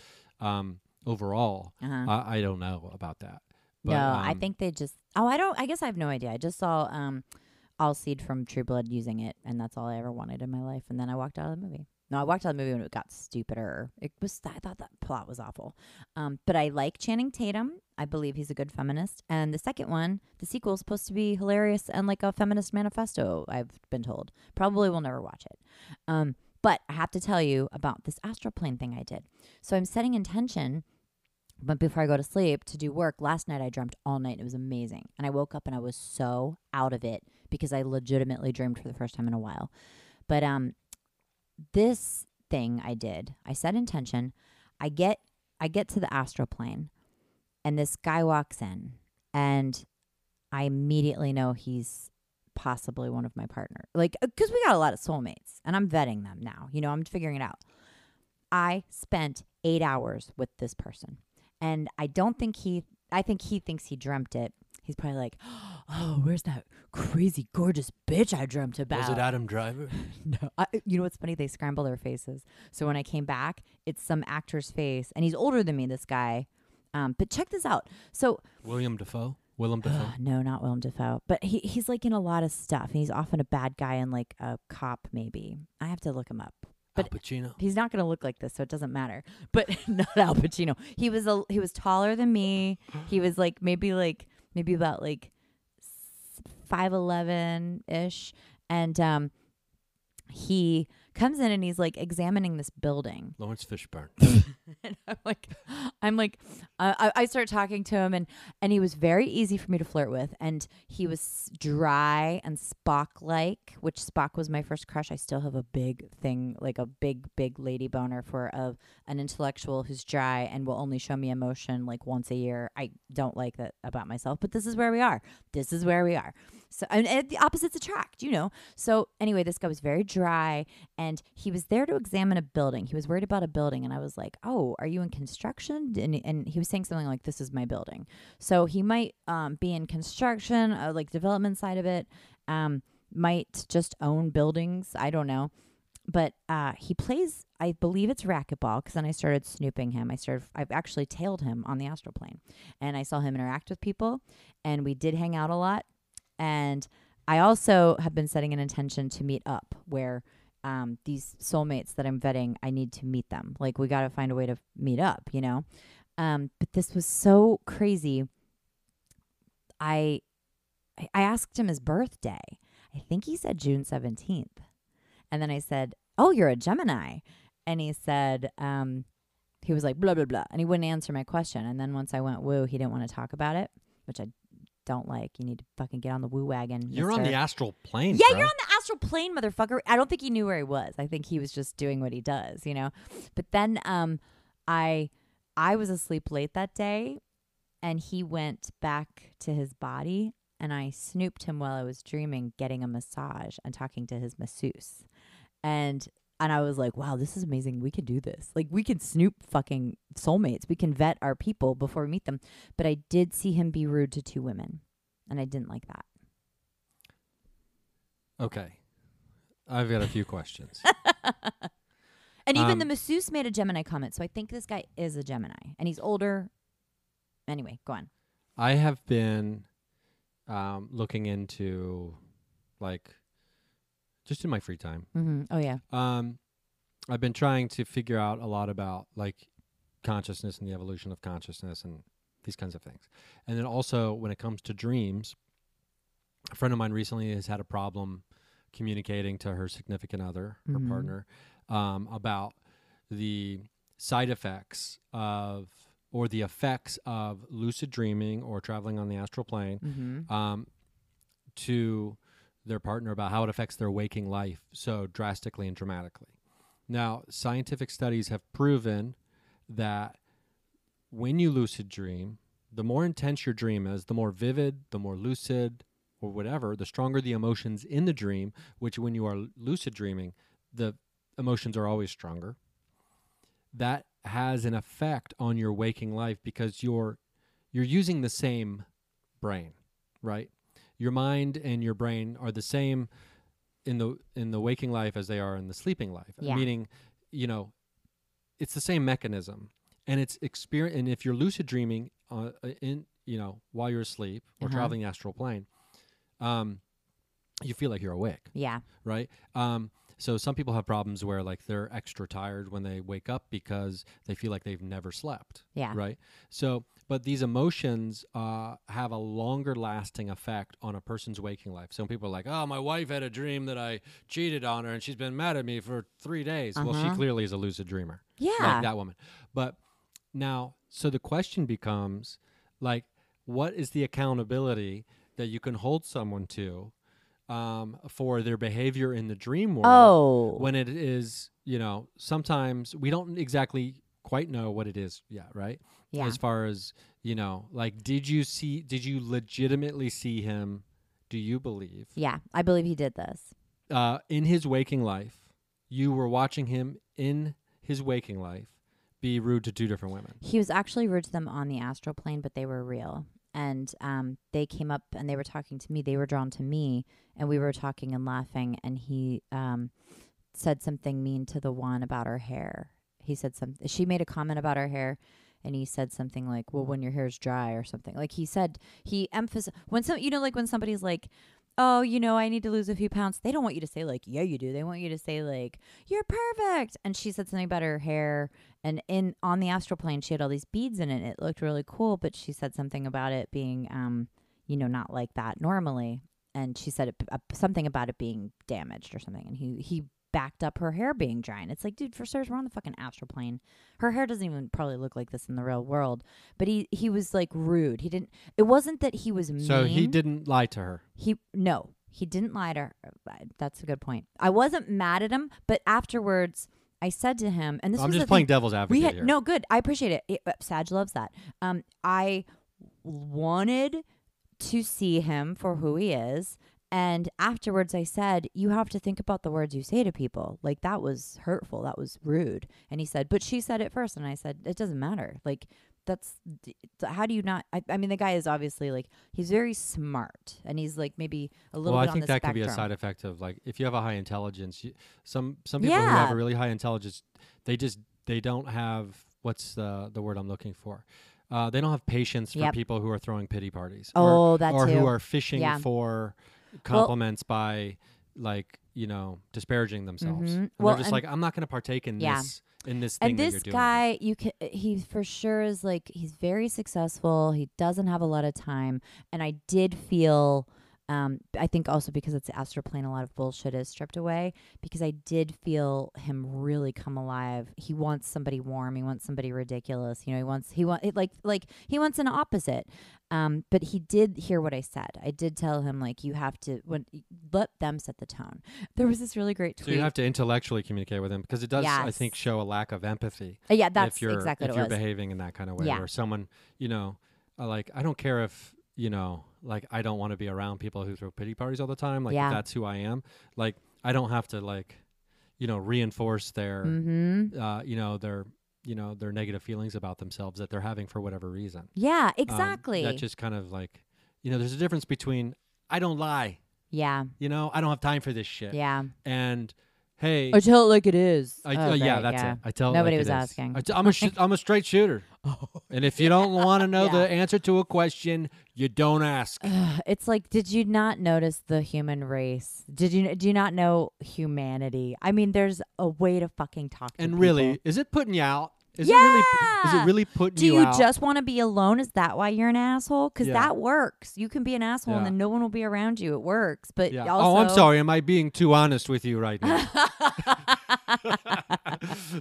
B: Um, overall,
A: Uh-huh.
B: I, I don't know about that. Uh, But,
A: no, I
B: um,
A: think they just. Oh, I don't. I guess I have no idea. I just saw um, All Seed from True Blood using it, and that's all I ever wanted in my life. And then I walked out of the movie. No, I walked out of the movie when it got stupider. It was. I thought that plot was awful. Um, but I like Channing Tatum. I believe he's a good feminist. And the second one, the sequel is supposed to be hilarious and like a feminist manifesto. I've been told. Probably will never watch it. Um, but I have to tell you about this astral plane thing I did. So I'm setting intention but before I go to sleep to do work, last night I dreamt all night. It was amazing. And I woke up and I was so out of it because I legitimately dreamed for the first time in a while. But um this thing I did, I set intention. I get I get to the astral plane and this guy walks in and I immediately know he's possibly one of my partner. Like cuz we got a lot of soulmates and I'm vetting them now. You know, I'm figuring it out. I spent 8 hours with this person and I don't think he. I think he thinks he dreamt it. He's probably like, "Oh, where's that crazy gorgeous bitch I dreamt about?"
B: was it Adam Driver?
A: no, I, you know what's funny? They scramble their faces. So when I came back, it's some actor's face, and he's older than me. This guy. Um, but check this out. So uh,
B: William Defoe? Willem Defoe?
A: no, not Willem Dafoe. But he he's like in a lot of stuff, and he's often a bad guy and like a cop, maybe. I have to look him up. But-
B: Al Pacino?
A: He's not going to look like this, so it doesn't matter. But not Al Pacino. He was a he was taller than me. He was like maybe like maybe about like five eleven ish, and um, he comes in and he's like examining this building,
B: Lawrence Fishburne.
A: and I'm like, I'm like, uh, I, I start talking to him, and and he was very easy for me to flirt with, and he was dry and Spock like, which Spock was my first crush. I still have a big thing, like a big big lady boner for of an intellectual who's dry and will only show me emotion like once a year. I don't like that about myself, but this is where we are. This is where we are. So and, and the opposites attract, you know. So anyway, this guy was very dry and he was there to examine a building. He was worried about a building and I was like, "Oh, are you in construction?" And and he was saying something like, "This is my building." So he might um, be in construction, uh, like development side of it. Um, might just own buildings. I don't know. But uh, he plays, I believe it's racquetball, because then I started snooping him. I started, I've actually tailed him on the astral plane, and I saw him interact with people, and we did hang out a lot. And I also have been setting an intention to meet up where um, these soulmates that I'm vetting, I need to meet them. Like we got to find a way to meet up, you know. Um, but this was so crazy. I I I asked him his birthday. I think he said June seventeenth, and then I said, "Oh, you're a Gemini," and he said. Um, he was like blah blah blah, and he wouldn't answer my question. And then once I went woo, he didn't want to talk about it, which I don't like. You need to fucking get on the woo wagon.
B: You're on
A: mister.
B: the astral plane.
A: Yeah,
B: bro.
A: you're on the astral plane, motherfucker. I don't think he knew where he was. I think he was just doing what he does, you know. But then um I I was asleep late that day and he went back to his body and I snooped him while I was dreaming getting a massage and talking to his masseuse. And and I was like, wow, this is amazing. We can do this. Like we can snoop fucking soulmates. We can vet our people before we meet them. But I did see him be rude to two women and I didn't like that.
B: Okay. I've got a few questions.
A: And even
B: Um,
A: the masseuse made a Gemini comment, so I think this guy is a Gemini, and he's older. Anyway, go on.
B: I have been um, looking into, like, just in my free time.
A: Mm-hmm. Oh yeah,
B: Um, I've been trying to figure out a lot about like consciousness and the evolution of consciousness and these kinds of things. And then also when it comes to dreams, a friend of mine recently has had a problem communicating to her significant other, her
A: Mhm.
B: partner, um, about the side effects of or the effects of lucid dreaming or traveling on the astral plane
A: mm-hmm.
B: um, to their partner about how it affects their waking life so drastically and dramatically. Now, scientific studies have proven that when you lucid dream, the more intense your dream is, the more vivid, the more lucid, or whatever, the stronger the emotions in the dream, which when you are l- lucid dreaming, the emotions are always stronger. That has an effect on your waking life because your you're using the same brain, right? Your mind and your brain are the same in the in the waking life as they are in the sleeping life.
A: Yeah.
B: Meaning, you know, it's the same mechanism, and it's experience. And if you're lucid dreaming uh, in you know while you're asleep or
A: Uh-huh.
B: traveling the astral plane, um, you feel like you're awake
A: Yeah.
B: right? Um, so some people have problems where like they're extra tired when they wake up because they feel like they've never slept,
A: Yeah.
B: right? So, but these emotions uh, have a longer lasting effect on a person's waking life. Some people are like, "Oh, my wife had a dream that I cheated on her, and she's been mad at me for three days." Well, she
A: Uh-huh.
B: clearly is a lucid dreamer
A: Yeah.
B: like that woman. But now, so the question becomes like, what is the accountability that you can hold someone to um, for their behavior in the dream world?
A: oh.
B: When it is, you know, sometimes we don't exactly quite know what it is yet, right?
A: yeah.
B: As far as, you know, like, did you see, did you legitimately see him? Do you believe?
A: Yeah. I believe he did this.
B: uh, in his waking life, you were watching him in his waking life be rude to two different women.
A: He was actually rude to them on the astral plane, but they were real. And um, they came up and they were talking to me. They were drawn to me, and we were talking and laughing. And he um, said something mean to the one about her hair. He said something. She made a comment about her hair, and he said something like, "Well, when your hair's dry or something." Like he said, he emphasized when some, you know, like when somebody's like. Oh, you know, I need to lose a few pounds. They don't want you to say like, "Yeah, you do." They want you to say like, "You're perfect." And she said something about her hair, and in on the astral plane she had all these beads in it it looked really cool but she said something about it being um you know not like that normally and she said it, uh, something about it being damaged or something and he he backed up her hair being dry and it's like dude for starters we're on the fucking astral plane her hair doesn't even probably look like this in the real world but he he was like rude he didn't it wasn't that he was mean
B: So he didn't lie to her.
A: he no, he didn't lie to her. That's a good point. I wasn't mad at him, but afterwards I said to him, and this
B: I'm
A: was
B: just
A: the
B: playing
A: thing-
B: devil's advocate
A: We had
B: here.
A: no good. I appreciate it. it. but Sag loves that. Um, I wanted to see him for who he is. And afterwards, I said, You have to think about the words you say to people. Like, that was hurtful. That was rude. And he said, But she said it first. And I said, It doesn't matter. Like, that's d- how do you not? I, I mean, the guy is obviously like, he's very smart and he's like maybe a little
B: well, I
A: bit on
B: think
A: the
B: that could
A: spectrum.
B: be a side effect of like if you have a high intelligence, you, some some people who
A: Yeah.
B: have a really high intelligence, they just they don't have what's the the word I'm looking for. Uh, they don't have patience for
A: Yep.
B: people who are throwing pity parties. or,
A: oh, that
B: or
A: too.
B: who are fishing
A: Yeah.
B: for compliments by like you know disparaging themselves.
A: Mhm.
B: And
A: Well,
B: they're just
A: and-
B: like, I'm not going to partake in
A: Yeah.
B: this in this thing
A: and
B: that
A: this
B: you're doing.
A: guy you can uh, he for sure is like he's very successful he doesn't have a lot of time and i did feel um, I think also because it's the astral plane, a lot of bullshit is stripped away. Because I did feel him really come alive. He wants somebody warm. He wants somebody ridiculous. You know, he wants he want it like like he wants an opposite. Um, but he did hear what I said. I did tell him like you have to when let them set the tone. There was this really great
B: so
A: tweet.
B: you have to intellectually communicate with him because it does, I
A: Yes.
B: think, show a lack of empathy
A: Uh, yeah, that's
B: if you're
A: exactly
B: if
A: what
B: you're
A: it was.
B: behaving in that kind of way.
A: Yeah.
B: Where someone, you know, uh, like I don't care if you know, like I don't want to be around people who throw pity parties all the time. Like if
A: Yeah.
B: that's who I am. Like I don't have to like, you know, reinforce their
A: mm-hmm.
B: uh, you know their you know their negative feelings about themselves that they're having for whatever reason.
A: Yeah,
B: Um,
A: exactly.
B: that just kind of like you know, there's a difference between I don't lie,
A: yeah,
B: you know, I don't have time for this shit,
A: yeah.
B: and hey.
A: I tell it like it is.
B: I,
A: Oh,
B: uh, yeah,
A: great,
B: that's
A: yeah.
B: it. I tell it
A: Nobody was
B: like it is.
A: asking.
B: I t- I'm a sh- I'm a straight shooter, and if you don't want to know
A: Yeah.
B: the answer to a question, you don't ask.
A: Ugh, it's like, did you not notice the human race? Did you do you not know humanity? I mean, there's a way to fucking talk. to
B: And
A: people.
B: really, is it putting you out? Is it really? Is
A: Yeah!
B: it really putting
A: do you,
B: out?
A: just want to be alone? Is that why you're an asshole? Because
B: Yeah.
A: that works. You can be an asshole,
B: Yeah.
A: and then no one will be around you. It works, but
B: Yeah.
A: also,
B: oh, I'm sorry. Am I being too honest with you right now?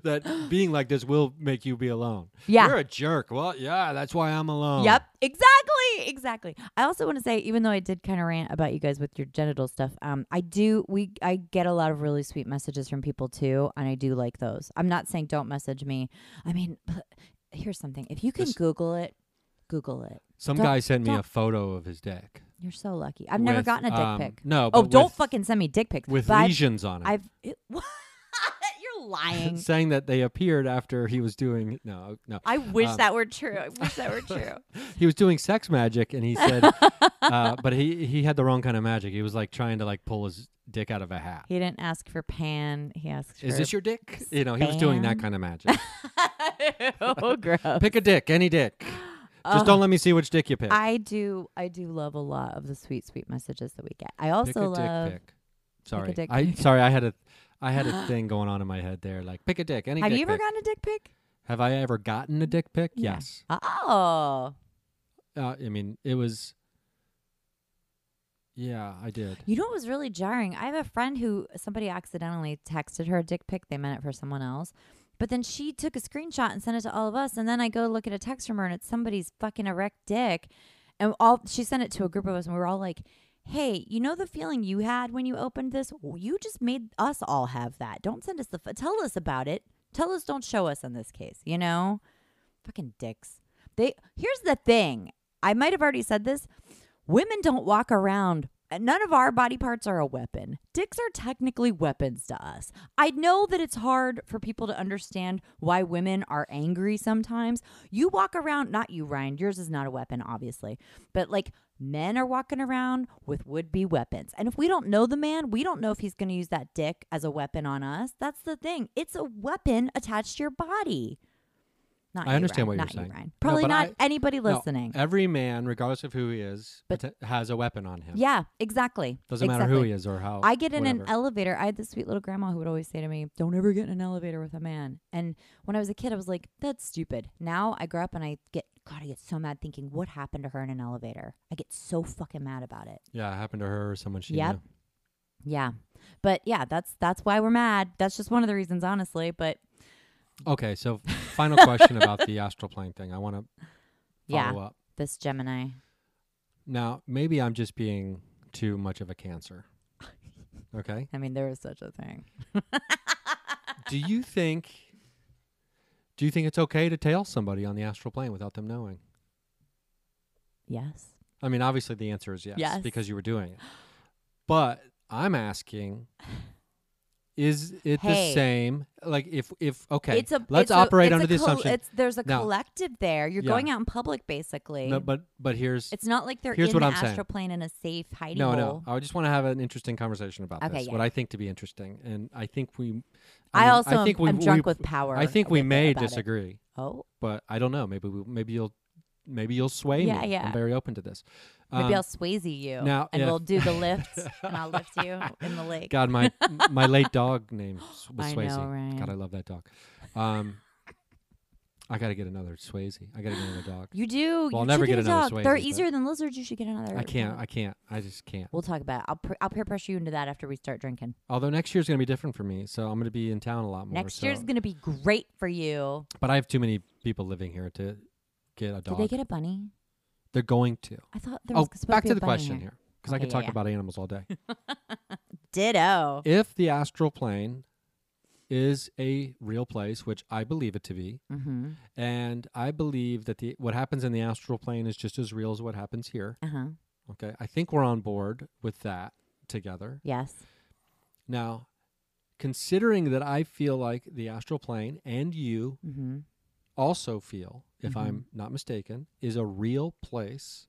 B: that being like this will make you be alone.
A: Yeah.
B: You're a jerk. Well, yeah, that's why I'm alone.
A: Yep, exactly, exactly. I also want to say, even though I did kind of rant about you guys with your genital stuff, um, I do we I get a lot of really sweet messages from people too, and I do like those. I'm not saying don't message me. I mean, here's something: if you can
B: This-
A: Google it, Google it.
B: Some
A: Don't-
B: guy sent me a
A: don't-
B: photo of his dick.
A: You're so lucky. I've never
B: with,
A: gotten a dick
B: um,
A: pic.
B: No.
A: Oh,
B: but
A: don't
B: with-
A: fucking send me dick pics.
B: With
A: but I've-
B: lesions on it.
A: I've, it- what? You're lying.
B: saying that they appeared after he was doing no no
A: I wish
B: Um,
A: that were true. I wish that were true.
B: he was doing sex magic and he said uh, but he he had the wrong kind of magic he was like trying to like pull his dick out of a hat
A: He didn't ask for pan. He asked for
B: is this your dick you know he was doing that
A: spam?
B: kind of magic
A: oh, gross.
B: pick a dick any dick just don't let me see which dick you pick
A: I do. I do love a lot of the sweet, sweet messages that we get. I also
B: pick a
A: love.
B: dick pick sorry
A: dick
B: I
A: pic.
B: sorry I had a I had a thing going on in my head there like pick a dick any
A: Have
B: dick
A: you ever
B: pic.
A: gotten a dick pic?
B: have I ever gotten a dick pic
A: Yeah.
B: yes
A: Oh,
B: uh, I mean, it was. Yeah, I did.
A: you know what was really jarring? I have a friend who somebody accidentally texted her a dick pic. They meant it for someone else, but then she took a screenshot and sent it to all of us. And then I go look at a text from her, and it's somebody's fucking erect dick. And all she sent it to a group of us, and we were all like, "Hey, you know the feeling you had when you opened this? You just made us all have that. Don't send us the. F- tell us about it. Tell us. Don't show us in this case. You know, fucking dicks. They. Here's the thing. I might have already said this. Women don't walk around. uh, None of our body parts are a weapon. Dicks are technically weapons to us. I know that it's hard for people to understand why women are angry sometimes. You walk around, not you, Ryan, yours is not a weapon, obviously, but like men are walking around with would be weapons. And if we don't know the man, we don't know if he's going to use that dick as a weapon on us. That's the thing. It's a weapon attached to your body. Not
B: I
A: you,
B: understand
A: Ryan. Not
B: what you're
A: you,
B: saying.
A: Ryan.
B: No,
A: Probably
B: but
A: not
B: I-
A: anybody
B: No,
A: listening.
B: every man, regardless of who he is,
A: But-
B: pota- has a weapon on him.
A: Yeah, exactly.
B: Doesn't
A: exactly.
B: matter who he is or how.
A: I get in an
B: whatever.
A: elevator. I had this sweet little grandma who would always say to me, "Don't ever get in an elevator with a man." And when I was a kid, I was like, "That's stupid." Now I grew up and I get God, I get so mad thinking what happened to her in an elevator. I get so fucking mad about it.
B: yeah, it happened to her or someone she
A: Yep.
B: knew.
A: Yeah, but yeah, that's that's why we're mad. That's just one of the reasons, honestly. But
B: Okay, so final question about the astral plane thing. I want to
A: yeah,
B: follow up.
A: this Gemini.
B: Now, maybe I'm just being too much of a cancer. Okay?
A: I mean, there is such a thing.
B: do you think do you think it's okay to tail somebody on the astral plane without them knowing?
A: Yes.
B: I mean, obviously the answer is yes,
A: Yes.
B: because you were doing it. But I'm asking, is it
A: Hey.
B: the same? Like, if if okay,
A: It's a. it's
B: let's
A: a-
B: operate
A: it's a
B: under the
A: col-
B: assumption.
A: It's, there's a
B: Now-
A: collective there. You're
B: Yeah.
A: going out in public, basically.
B: no, but but here's
A: It's not like they're
B: Here's
A: in
B: what
A: the
B: I'm saying.
A: astral plane in a safe hiding
B: no,
A: hole.
B: no. I just want to have an interesting conversation about
A: Okay,
B: this.
A: yeah.
B: What I think to be interesting, and I think we.
A: I,
B: mean,
A: also
B: I think
A: am,
B: we,
A: I'm drunk
B: we,
A: with power.
B: I think we
A: with it
B: may
A: about it.
B: disagree,
A: Oh,
B: but I don't know. Maybe we, maybe you'll maybe you'll sway
A: Yeah,
B: me.
A: yeah.
B: I'm very open to this.
A: maybe
B: Um,
A: I'll Swayze you,
B: now,
A: and
B: if-
A: we'll do the lift, and I'll lift you in the lake.
B: God, my my late dog name s- was
A: I know,
B: Swayze.
A: Ryan.
B: God, I love that dog. Um, I gotta get another Swayze. I gotta get another dog.
A: you do.
B: Well, I'll
A: you
B: never
A: should
B: get
A: a
B: another
A: dog. They're
B: Swayze, but-
A: easier than lizards. You should get another.
B: I can't.
A: dog.
B: I can't. I just can't.
A: We'll talk about it. I'll, pr- I'll peer pressure you into that after we start drinking.
B: Although next year's gonna be different for me, so I'm gonna be in town a lot more.
A: Next
B: so-
A: year's gonna be great for you.
B: but I have too many people living here to get a
A: Did
B: dog.
A: they get a bunny?
B: are going to.
A: I thought there
B: Oh,
A: was supposed
B: back
A: be
B: to
A: a
B: the
A: bunny
B: question
A: here.
B: here, because I
A: Okay,
B: could
A: yeah,
B: talk
A: yeah.
B: about animals all day.
A: Ditto.
B: if the astral plane is a real place, which I believe it to be,
A: mm-hmm.
B: and I believe that the what happens in the astral plane is just as real as what happens here.
A: Uh huh.
B: Okay. I think we're on board with that together.
A: Yes.
B: Now, considering that I feel like the astral plane and you
A: Mm-hmm.
B: also feel, if
A: Mhm.
B: I'm not mistaken, is a real place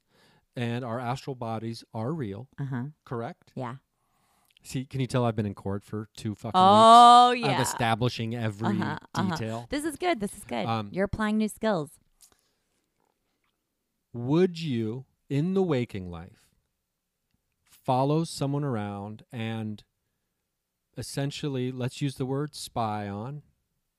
B: and our astral bodies are real,
A: Uh huh.
B: correct?
A: Yeah.
B: See, can you tell I've been in court for two fucking
A: Oh
B: weeks
A: yeah.
B: of establishing every
A: Uh-huh, uh-huh.
B: detail?
A: This is good. This is good.
B: Um,
A: You're applying new skills.
B: Would you, in the waking life, follow someone around and essentially, let's use the word spy on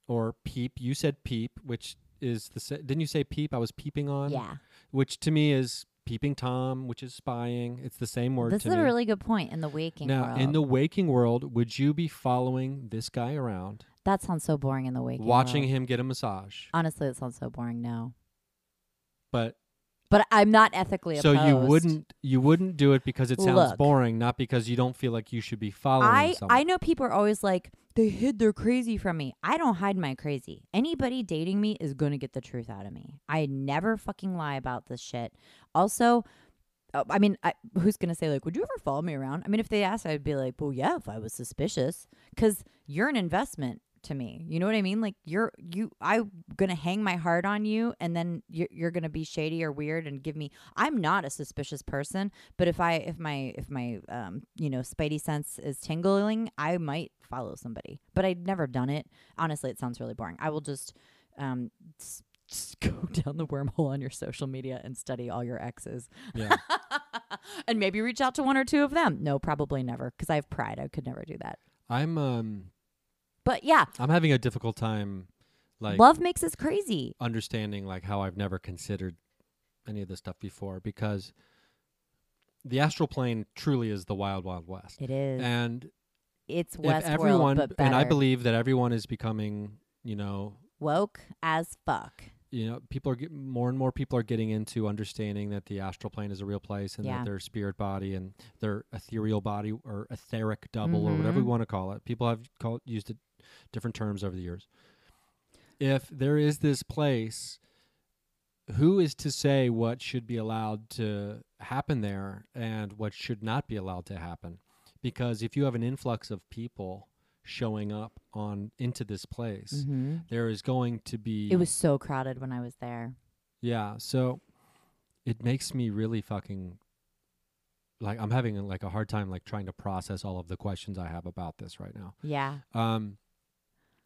B: or peep? You said peep, which is the sa- didn't you say peep? I was peeping on,
A: Yeah.
B: which to me is peeping tom, which is spying. It's the same word.
A: This
B: to
A: is a
B: me.
A: really good point in the waking
B: now
A: world.
B: in the waking world, would you be following this guy around,
A: that sounds so boring in the waking
B: watching
A: world.
B: him get a massage?
A: Honestly, it sounds so boring now.
B: But
A: But I'm not ethically
B: so
A: opposed.
B: you wouldn't you wouldn't do it because it sounds
A: Look.
B: boring, not because you don't feel like you should be following
A: I
B: someone.
A: I know people are always like they hid their crazy from me. I don't hide my crazy. Anybody dating me is going to get the truth out of me. I never fucking lie about this shit. Also, uh, I mean, I, who's going to say like, "Would you ever follow me around?" I mean, if they asked, I'd be like, "Well, yeah, if I was suspicious." Cuz you're an investment to me. You know what I mean? Like you're you I'm going to hang my heart on you and then you're, you're going to be shady or weird and give me I'm not a suspicious person, but if I if my if my um you know spidey sense is tingling, I might follow somebody. But I'd never done it. Honestly, it sounds really boring. I will just um s- just go down the wormhole on your social media and study all your exes
B: Yeah.
A: and maybe reach out to one or two of them. No, probably never because I have pride. I could never do that.
B: I'm um
A: But yeah,
B: I'm having a difficult time like
A: love makes us crazy.
B: understanding like how I've never considered any of this stuff before because the astral plane truly is the wild wild west.
A: It is.
B: And
A: it's
B: if
A: Westworld,
B: everyone
A: but better.
B: and I believe that everyone is becoming, you know,
A: woke as fuck.
B: you know, people are get, more and more people are getting into understanding that the astral plane is a real place and
A: Yeah.
B: that their spirit body and their ethereal body or etheric double or whatever we
A: Mhm.
B: want to call it. People have called used it different terms over the years. If there is this place, who is to say what should be allowed to happen there and what should not be allowed to happen? Because if you have an influx of people showing up on into this place,
A: Mm-hmm.
B: there is going to be
A: It was so crowded when I was there.
B: yeah, so it makes me really fucking like I'm having like a hard time like trying to process all of the questions I have about this right now.
A: Yeah,
B: Um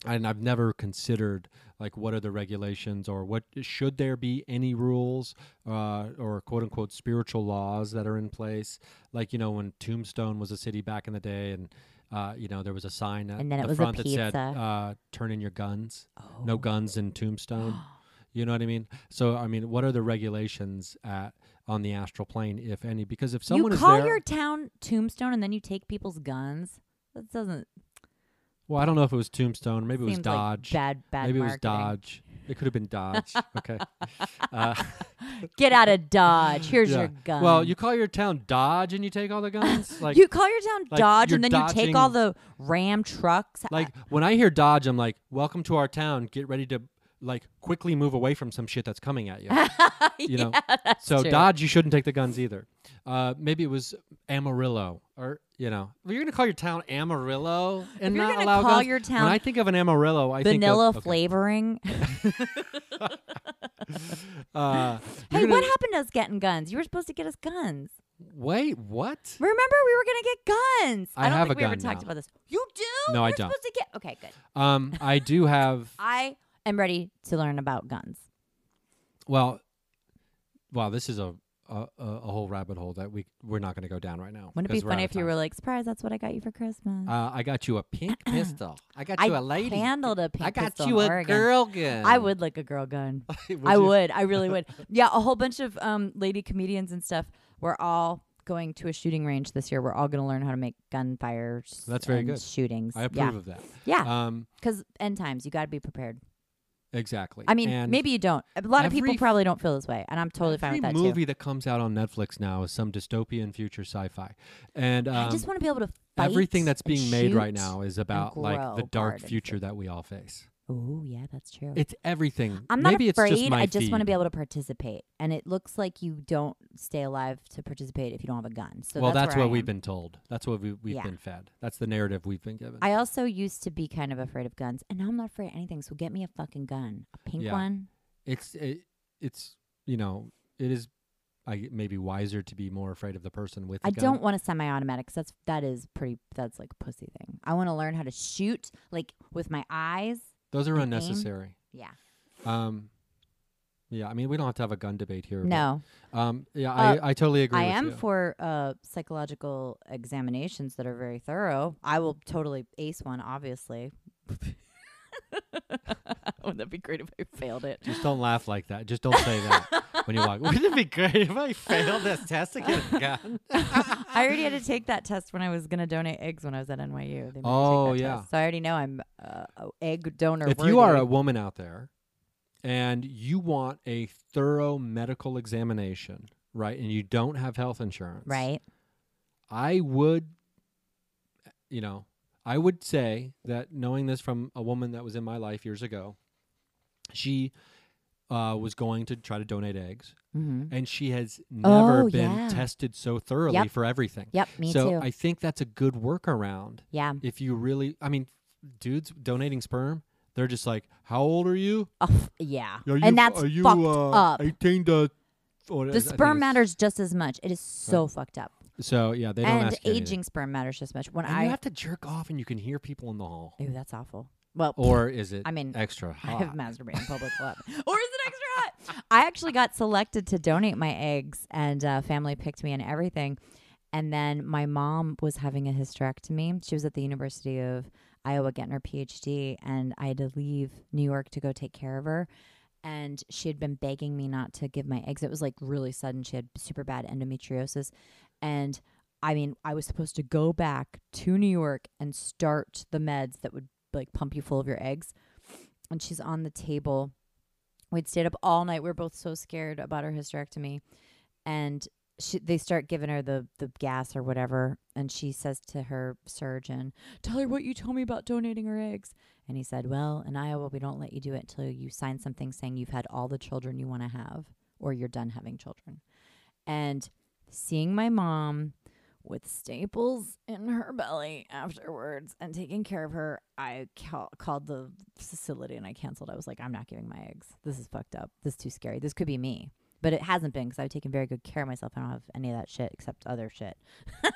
B: and I've never considered like what are the regulations or what should there be any rules uh, or quote unquote spiritual laws that are in place. Like you know when Tombstone was a city back in the day, and uh, you know there was a sign at
A: And then it
B: the
A: was a
B: front that said
A: pizza.
B: uh, "Turn in your guns." No guns in Tombstone.
A: oh.
B: You know what I mean? So I mean, what are the regulations at on the astral plane, if any? Because if someone
A: you
B: is
A: call
B: there,
A: your town Tombstone and then you take people's guns. That doesn't.
B: well, I don't know if it was Tombstone, maybe it was
A: seems like
B: Dodge,
A: bad, bad.
B: maybe it was
A: marketing.
B: Dodge. It could have been Dodge. okay. Uh,
A: Get out of Dodge. Here's your
B: yeah.
A: gun.
B: Well, you call your town Dodge and you take all the guns. Like,
A: Um, you call your town
B: like
A: Dodge
B: you're
A: and then you take all
B: dodging-
A: the Ram trucks.
B: like when I hear Dodge, I'm like, "Welcome to our town. Get ready to like quickly move away from some shit that's coming at you." you know.
A: that's
B: So
A: true.
B: Dodge, you shouldn't take the guns either. Uh, maybe it was Amarillo, or you know, well, you're gonna call your town Amarillo
A: If
B: and
A: you're
B: not
A: gonna
B: allow
A: call
B: guns?
A: your town
B: when I think of an Amarillo, I
A: vanilla
B: think of, okay.
A: flavoring.
B: Uh,
A: hey,
B: you're
A: what
B: gonna-
A: happened to us getting guns? You were supposed to get us guns.
B: Wait, what?
A: Remember, we were gonna get guns.
B: I
A: don't
B: have
A: think
B: a
A: we ever
B: gun
A: talked
B: now.
A: about this. You do?
B: No, I
A: We're
B: don't.
A: Supposed to get. Okay, good.
B: Um, I do have.
A: I am ready to learn about guns.
B: Well, wow, this is a a, a a whole rabbit hole that we we're not gonna go down right now.
A: Wouldn't it be
B: because we're out
A: funny
B: of
A: if you
B: time.
A: were like, "Surprise! That's what I got you for Christmas."
B: Uh, I got you a pink pistol. I got
A: I
B: you a lady.
A: handled a pink
B: I got
A: pistol
B: you
A: in
B: a
A: Oregon.
B: girl gun.
A: I would like a girl gun.
B: Would
A: I
B: you?
A: would. I really would. Yeah, a whole bunch of um, lady comedians and stuff. We're all going to a shooting range this year. We're all going to learn how to make gunfire. s-
B: That's very
A: and
B: good.
A: Shootings.
B: I approve of that.
A: Yeah, yeah.
B: Um,
A: Because end times, you got to be prepared.
B: exactly.
A: I mean,
B: And-
A: maybe you don't. A lot of people
B: every-
A: probably don't feel this way, and I'm totally fine
B: Every
A: with that
B: movie
A: too.
B: that comes out on Netflix now is some dystopian future sci-fi, and um,
A: I just want to be able to fight
B: everything that's
A: and
B: being made right
A: shoot.
B: now is about like the
A: grow
B: dark
A: garden
B: future that we all face.
A: Oh yeah, that's true.
B: It's everything.
A: I'm not
B: Maybe
A: afraid.
B: it's just my
A: I just want to be
B: feed.
A: able to participate, and it looks like you don't stay alive to participate if you don't have a gun. So
B: well, that's,
A: where
B: what
A: I
B: we've
A: am.
B: been told. That's what we, we've
A: Yeah.
B: been fed. That's the narrative we've been given.
A: I also used to be kind of afraid of guns, and now I'm not afraid of anything. So get me a fucking gun, a pink
B: Yeah.
A: one.
B: it's it, it's you know it is. I maybe wiser to be more afraid of the person with. The
A: I
B: gun.
A: don't want a semi-automatic. 'cause that's that is pretty. That's like a pussy thing. I want to learn how to shoot like with my eyes.
B: Those are
A: aim.
B: unnecessary.
A: Yeah.
B: Um, yeah, I mean we don't have to have a gun debate here. but,
A: No,
B: Um, yeah,
A: Uh,
B: I, I totally agree.
A: I
B: with
A: am
B: you.
A: for uh, psychological examinations that are very thorough. I will totally ace one, obviously. Wouldn't that be great if I failed it?
B: Just don't laugh like that. Just don't say that when you walk. Wouldn't it be great if I failed this test again?
A: I already had to take that test when I was going to donate eggs when I was at NYU. They made me take
B: Oh,
A: that
B: yeah.
A: test. So I already know I'm uh, a egg donor.
B: If you are a
A: worthy.
B: woman out there and you want a thorough medical examination, right, and you don't have health insurance,
A: right,
B: I would, you know, I would say that knowing this from a woman that was in my life years ago, she uh, was going to try to donate eggs,
A: mm-hmm.
B: and she has never
A: Oh,
B: been
A: yeah.
B: tested so thoroughly
A: Yep.
B: for everything.
A: yep, me
B: so
A: too.
B: I think that's a good workaround
A: yeah,
B: if you really. I mean, dudes donating sperm, they're just like, "How old are you?
A: Ugh, Oh, yeah.
B: Are you
A: and that's
B: are you
A: fucked
B: uh,
A: up.
B: 18 to or I
A: The
B: think
A: sperm
B: it's-
A: matters just as much. It is so fucked up.
B: So yeah, they don't
A: And
B: ask you anything.
A: aging sperm matters just as much. When
B: And
A: I
B: you have to jerk off, and you can hear people in the hall.
A: Ew, that's awful. Well,
B: Or is it?
A: I mean,
B: extra
A: I have
B: hot.
A: masturbated in public a lot. Or is it extra hot? I actually got selected to donate my eggs, and uh, family picked me and everything. And then my mom was having a hysterectomy. She was at the University of Iowa getting her PhD, and I had to leave New York to go take care of her. And she had been begging me not to give my eggs. It was like really sudden. She had super bad endometriosis. And I mean, I was supposed to go back to New York and start the meds that would like pump you full of your eggs and she's on the table. We'd stayed up all night. We were both so scared about her hysterectomy, and she, they start giving her the the gas or whatever, and she says to her surgeon, "Tell her what you told me about donating her eggs." And he said, "Well, in Iowa, we don't let you do it until you sign something saying you've had all the children you want to have, or you're done having children." And seeing my mom with staples in her belly afterwards and taking care of her, I ca- called the facility and I canceled. I was like, I'm not giving my eggs. This is fucked up. This is too scary. This could be me. But it hasn't been because I've taken very good care of myself. I don't have any of that shit except other shit.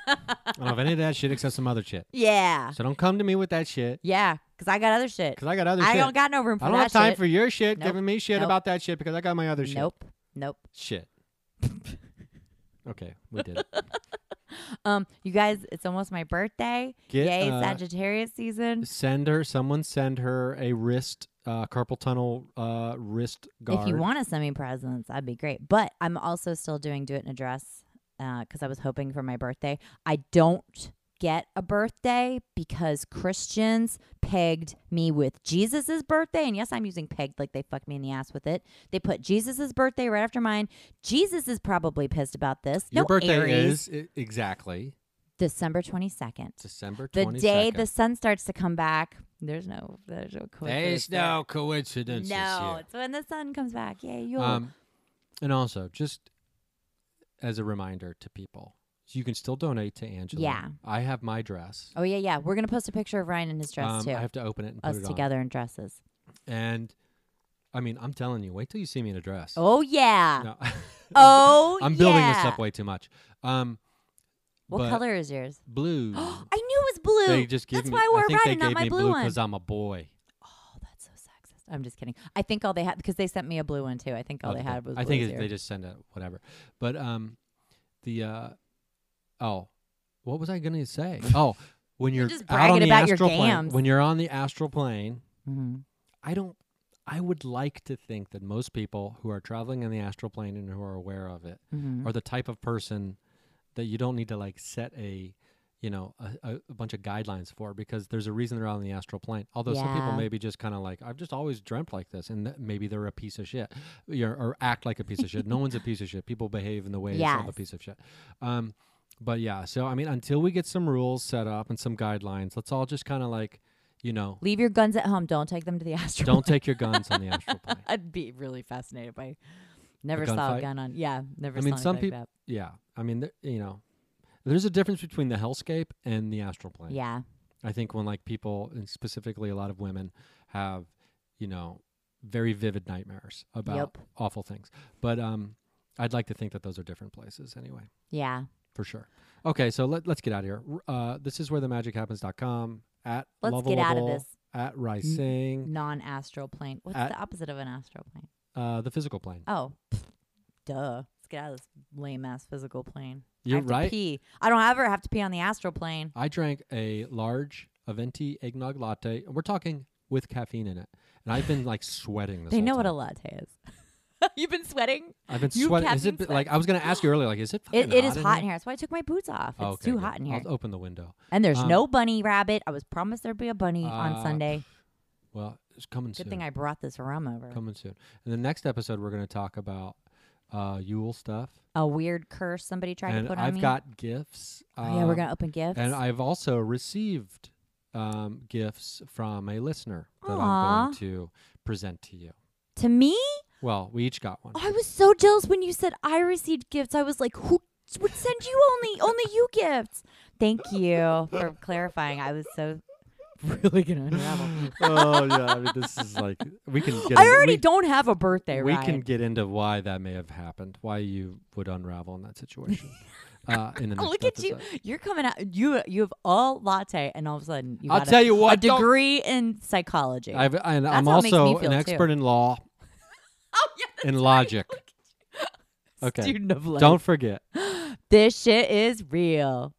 B: I don't have any of that shit except some other shit.
A: Yeah.
B: So don't come to me with that shit,
A: Yeah. Because I got other shit.
B: because I got other
A: I
B: shit.
A: don't got no room for
B: I don't
A: that
B: have time
A: shit.
B: for your shit.
A: Nope.
B: Giving me shit
A: Nope.
B: about that shit because I got my other shit.
A: nope. Nope.
B: Shit. okay, we did. it.
A: Um, you guys, it's almost my birthday.
B: Get,
A: Yay,
B: uh,
A: Sagittarius season.
B: Send her. Someone send her a wrist uh, carpal tunnel uh, wrist guard.
A: If you want to send me presents, that'd be great. But I'm also still doing do it in a dress because I was hoping for my birthday. I don't get a birthday because Christians pegged me with Jesus's birthday. And yes, I'm using pegged like they fucked me in the ass with it. They put Jesus's birthday right after mine. Jesus is probably pissed about this.
B: your
A: no
B: birthday
A: Aries.
B: is i- exactly
A: December 22nd.
B: December
A: The
B: 22nd.
A: day the sun starts to come back. There's no, there's no coincidence.
B: There's
A: there.
B: no coincidence.
A: No, it's when the sun comes back. Yay, you'll.
B: Um, and also, just as a reminder to people, you can still donate to Angela.
A: Yeah.
B: I have my dress.
A: Oh yeah, yeah. We're gonna post a picture of Ryan in his dress
B: Um,
A: too.
B: I have to open it and
A: Us
B: put it
A: together in dresses.
B: on. And I mean, I'm telling you, wait till you see me in a dress.
A: Oh yeah.
B: No.
A: Oh
B: I'm building this
A: yeah.
B: up way too much. Um,
A: What
B: but
A: color is yours?
B: Blue.
A: I knew it was blue.
B: They just give
A: That's
B: me.
A: why I wore
B: think
A: red
B: they
A: and
B: gave
A: not my
B: me
A: blue,
B: blue
A: one.
B: because I'm a boy.
A: Oh, that's so sexist. I'm just kidding. I think all they had because they sent me a blue one too. I think all
B: Okay.
A: Oh, they had was.
B: I
A: blue
B: think
A: is
B: it-
A: yours.
B: they just send it whatever. But um, the uh, oh, what was I going to say? oh, when you're,
A: just
B: out on
A: bragging
B: the
A: about your
B: astral plane,
A: gams.
B: when you're on the astral plane,
A: Mhm.
B: I don't. I would like to think that most people who are traveling in the astral plane and who are aware of it
A: Mhm.
B: are the type of person that you don't need to like set a you know a, a, a bunch of guidelines for because there's a reason they're on the astral plane although some people
A: Yeah.
B: maybe just kind of like i've just always dreamt like this and th- maybe they're a piece of shit you know, or act like a piece of shit no one's a piece of shit people behave in the ways of a
A: Yes.
B: piece of shit um but yeah so i mean until we get some rules set up and some guidelines let's all just kind of like you know
A: Leave your guns at home. Don't take them to the astral.
B: don't take your guns on the astral plane
A: I'd be really fascinated by. Never
B: gun
A: saw
B: fight?
A: a gun on. Yeah, never.
B: I mean,
A: saw
B: some
A: anything
B: peop-
A: like
B: yeah i mean th- you know there's a difference between the hellscape and the astral
A: that.
B: plane
A: Yeah.
B: I think when like people, and specifically a lot of women, have you know very vivid nightmares about
A: Yep.
B: awful things. But um, I'd like to think that those are different places anyway,
A: Yeah.
B: for sure. Okay, so let, let's get out of here. R- Uh, this is where the magic happens.com at
A: Let's get out of
B: Lovable,
A: this
B: at rising
A: non-astral plane. What's
B: At-
A: the opposite of an astral plane?
B: uh, the physical plane.
A: Oh, pff, duh. Let's get out of this lame ass physical plane. I
B: You're
A: have to
B: right.
A: pee. I don't ever have to pee on the astral plane.
B: I drank a large Aventi eggnog latte. We're talking with caffeine in it, and I've been like sweating. This
A: They
B: whole
A: know what
B: time.
A: a latte is. You've been sweating.
B: I've been
A: You
B: sweating. Is
A: caffeine
B: it b- like I was gonna ask you earlier? Like, is it?
A: It,
B: fucking
A: it is
B: in
A: hot
B: here?
A: in here. That's why I took my boots off.
B: Oh,
A: it's
B: okay,
A: too
B: good.
A: hot in here.
B: I'll open the window.
A: and there's
B: um,
A: no bunny rabbit. I was promised there'd be a bunny
B: Uh,
A: on Sunday.
B: Well, it's coming
A: Good
B: soon.
A: thing I brought this rum over.
B: coming soon. And the next episode, we're going to talk about uh, Yule stuff.
A: A weird curse somebody tried
B: and
A: to put on
B: I've
A: me.
B: got gifts.
A: oh, yeah, we're
B: um,
A: gonna open gifts.
B: And I've also received um, gifts from a listener that I'm
A: Aw.
B: going to present to you.
A: to me,
B: Well, we each got one.
A: I was so jealous when you said I received gifts. I was like, who would send you only only you gifts? Thank you for clarifying. I was so really gonna unravel.
B: oh yeah, I mean, this is like we can get.
A: I
B: into-
A: already
B: we-
A: don't have a birthday.
B: we
A: ride.
B: can get into why that may have happened, why you would unravel in that situation. uh, in the next
A: Look at you!
B: episode.
A: You're coming out. You you have all latte, and all of a sudden you
B: I'll
A: got a-
B: tell you
A: a
B: what, don't-
A: degree in psychology.
B: I've, and I'm
A: how it makes me
B: also
A: feel,
B: an expert
A: too.
B: in law
A: oh yeah,
B: and logic. Okay,
A: student of life.
B: don't forget.
A: This shit is real.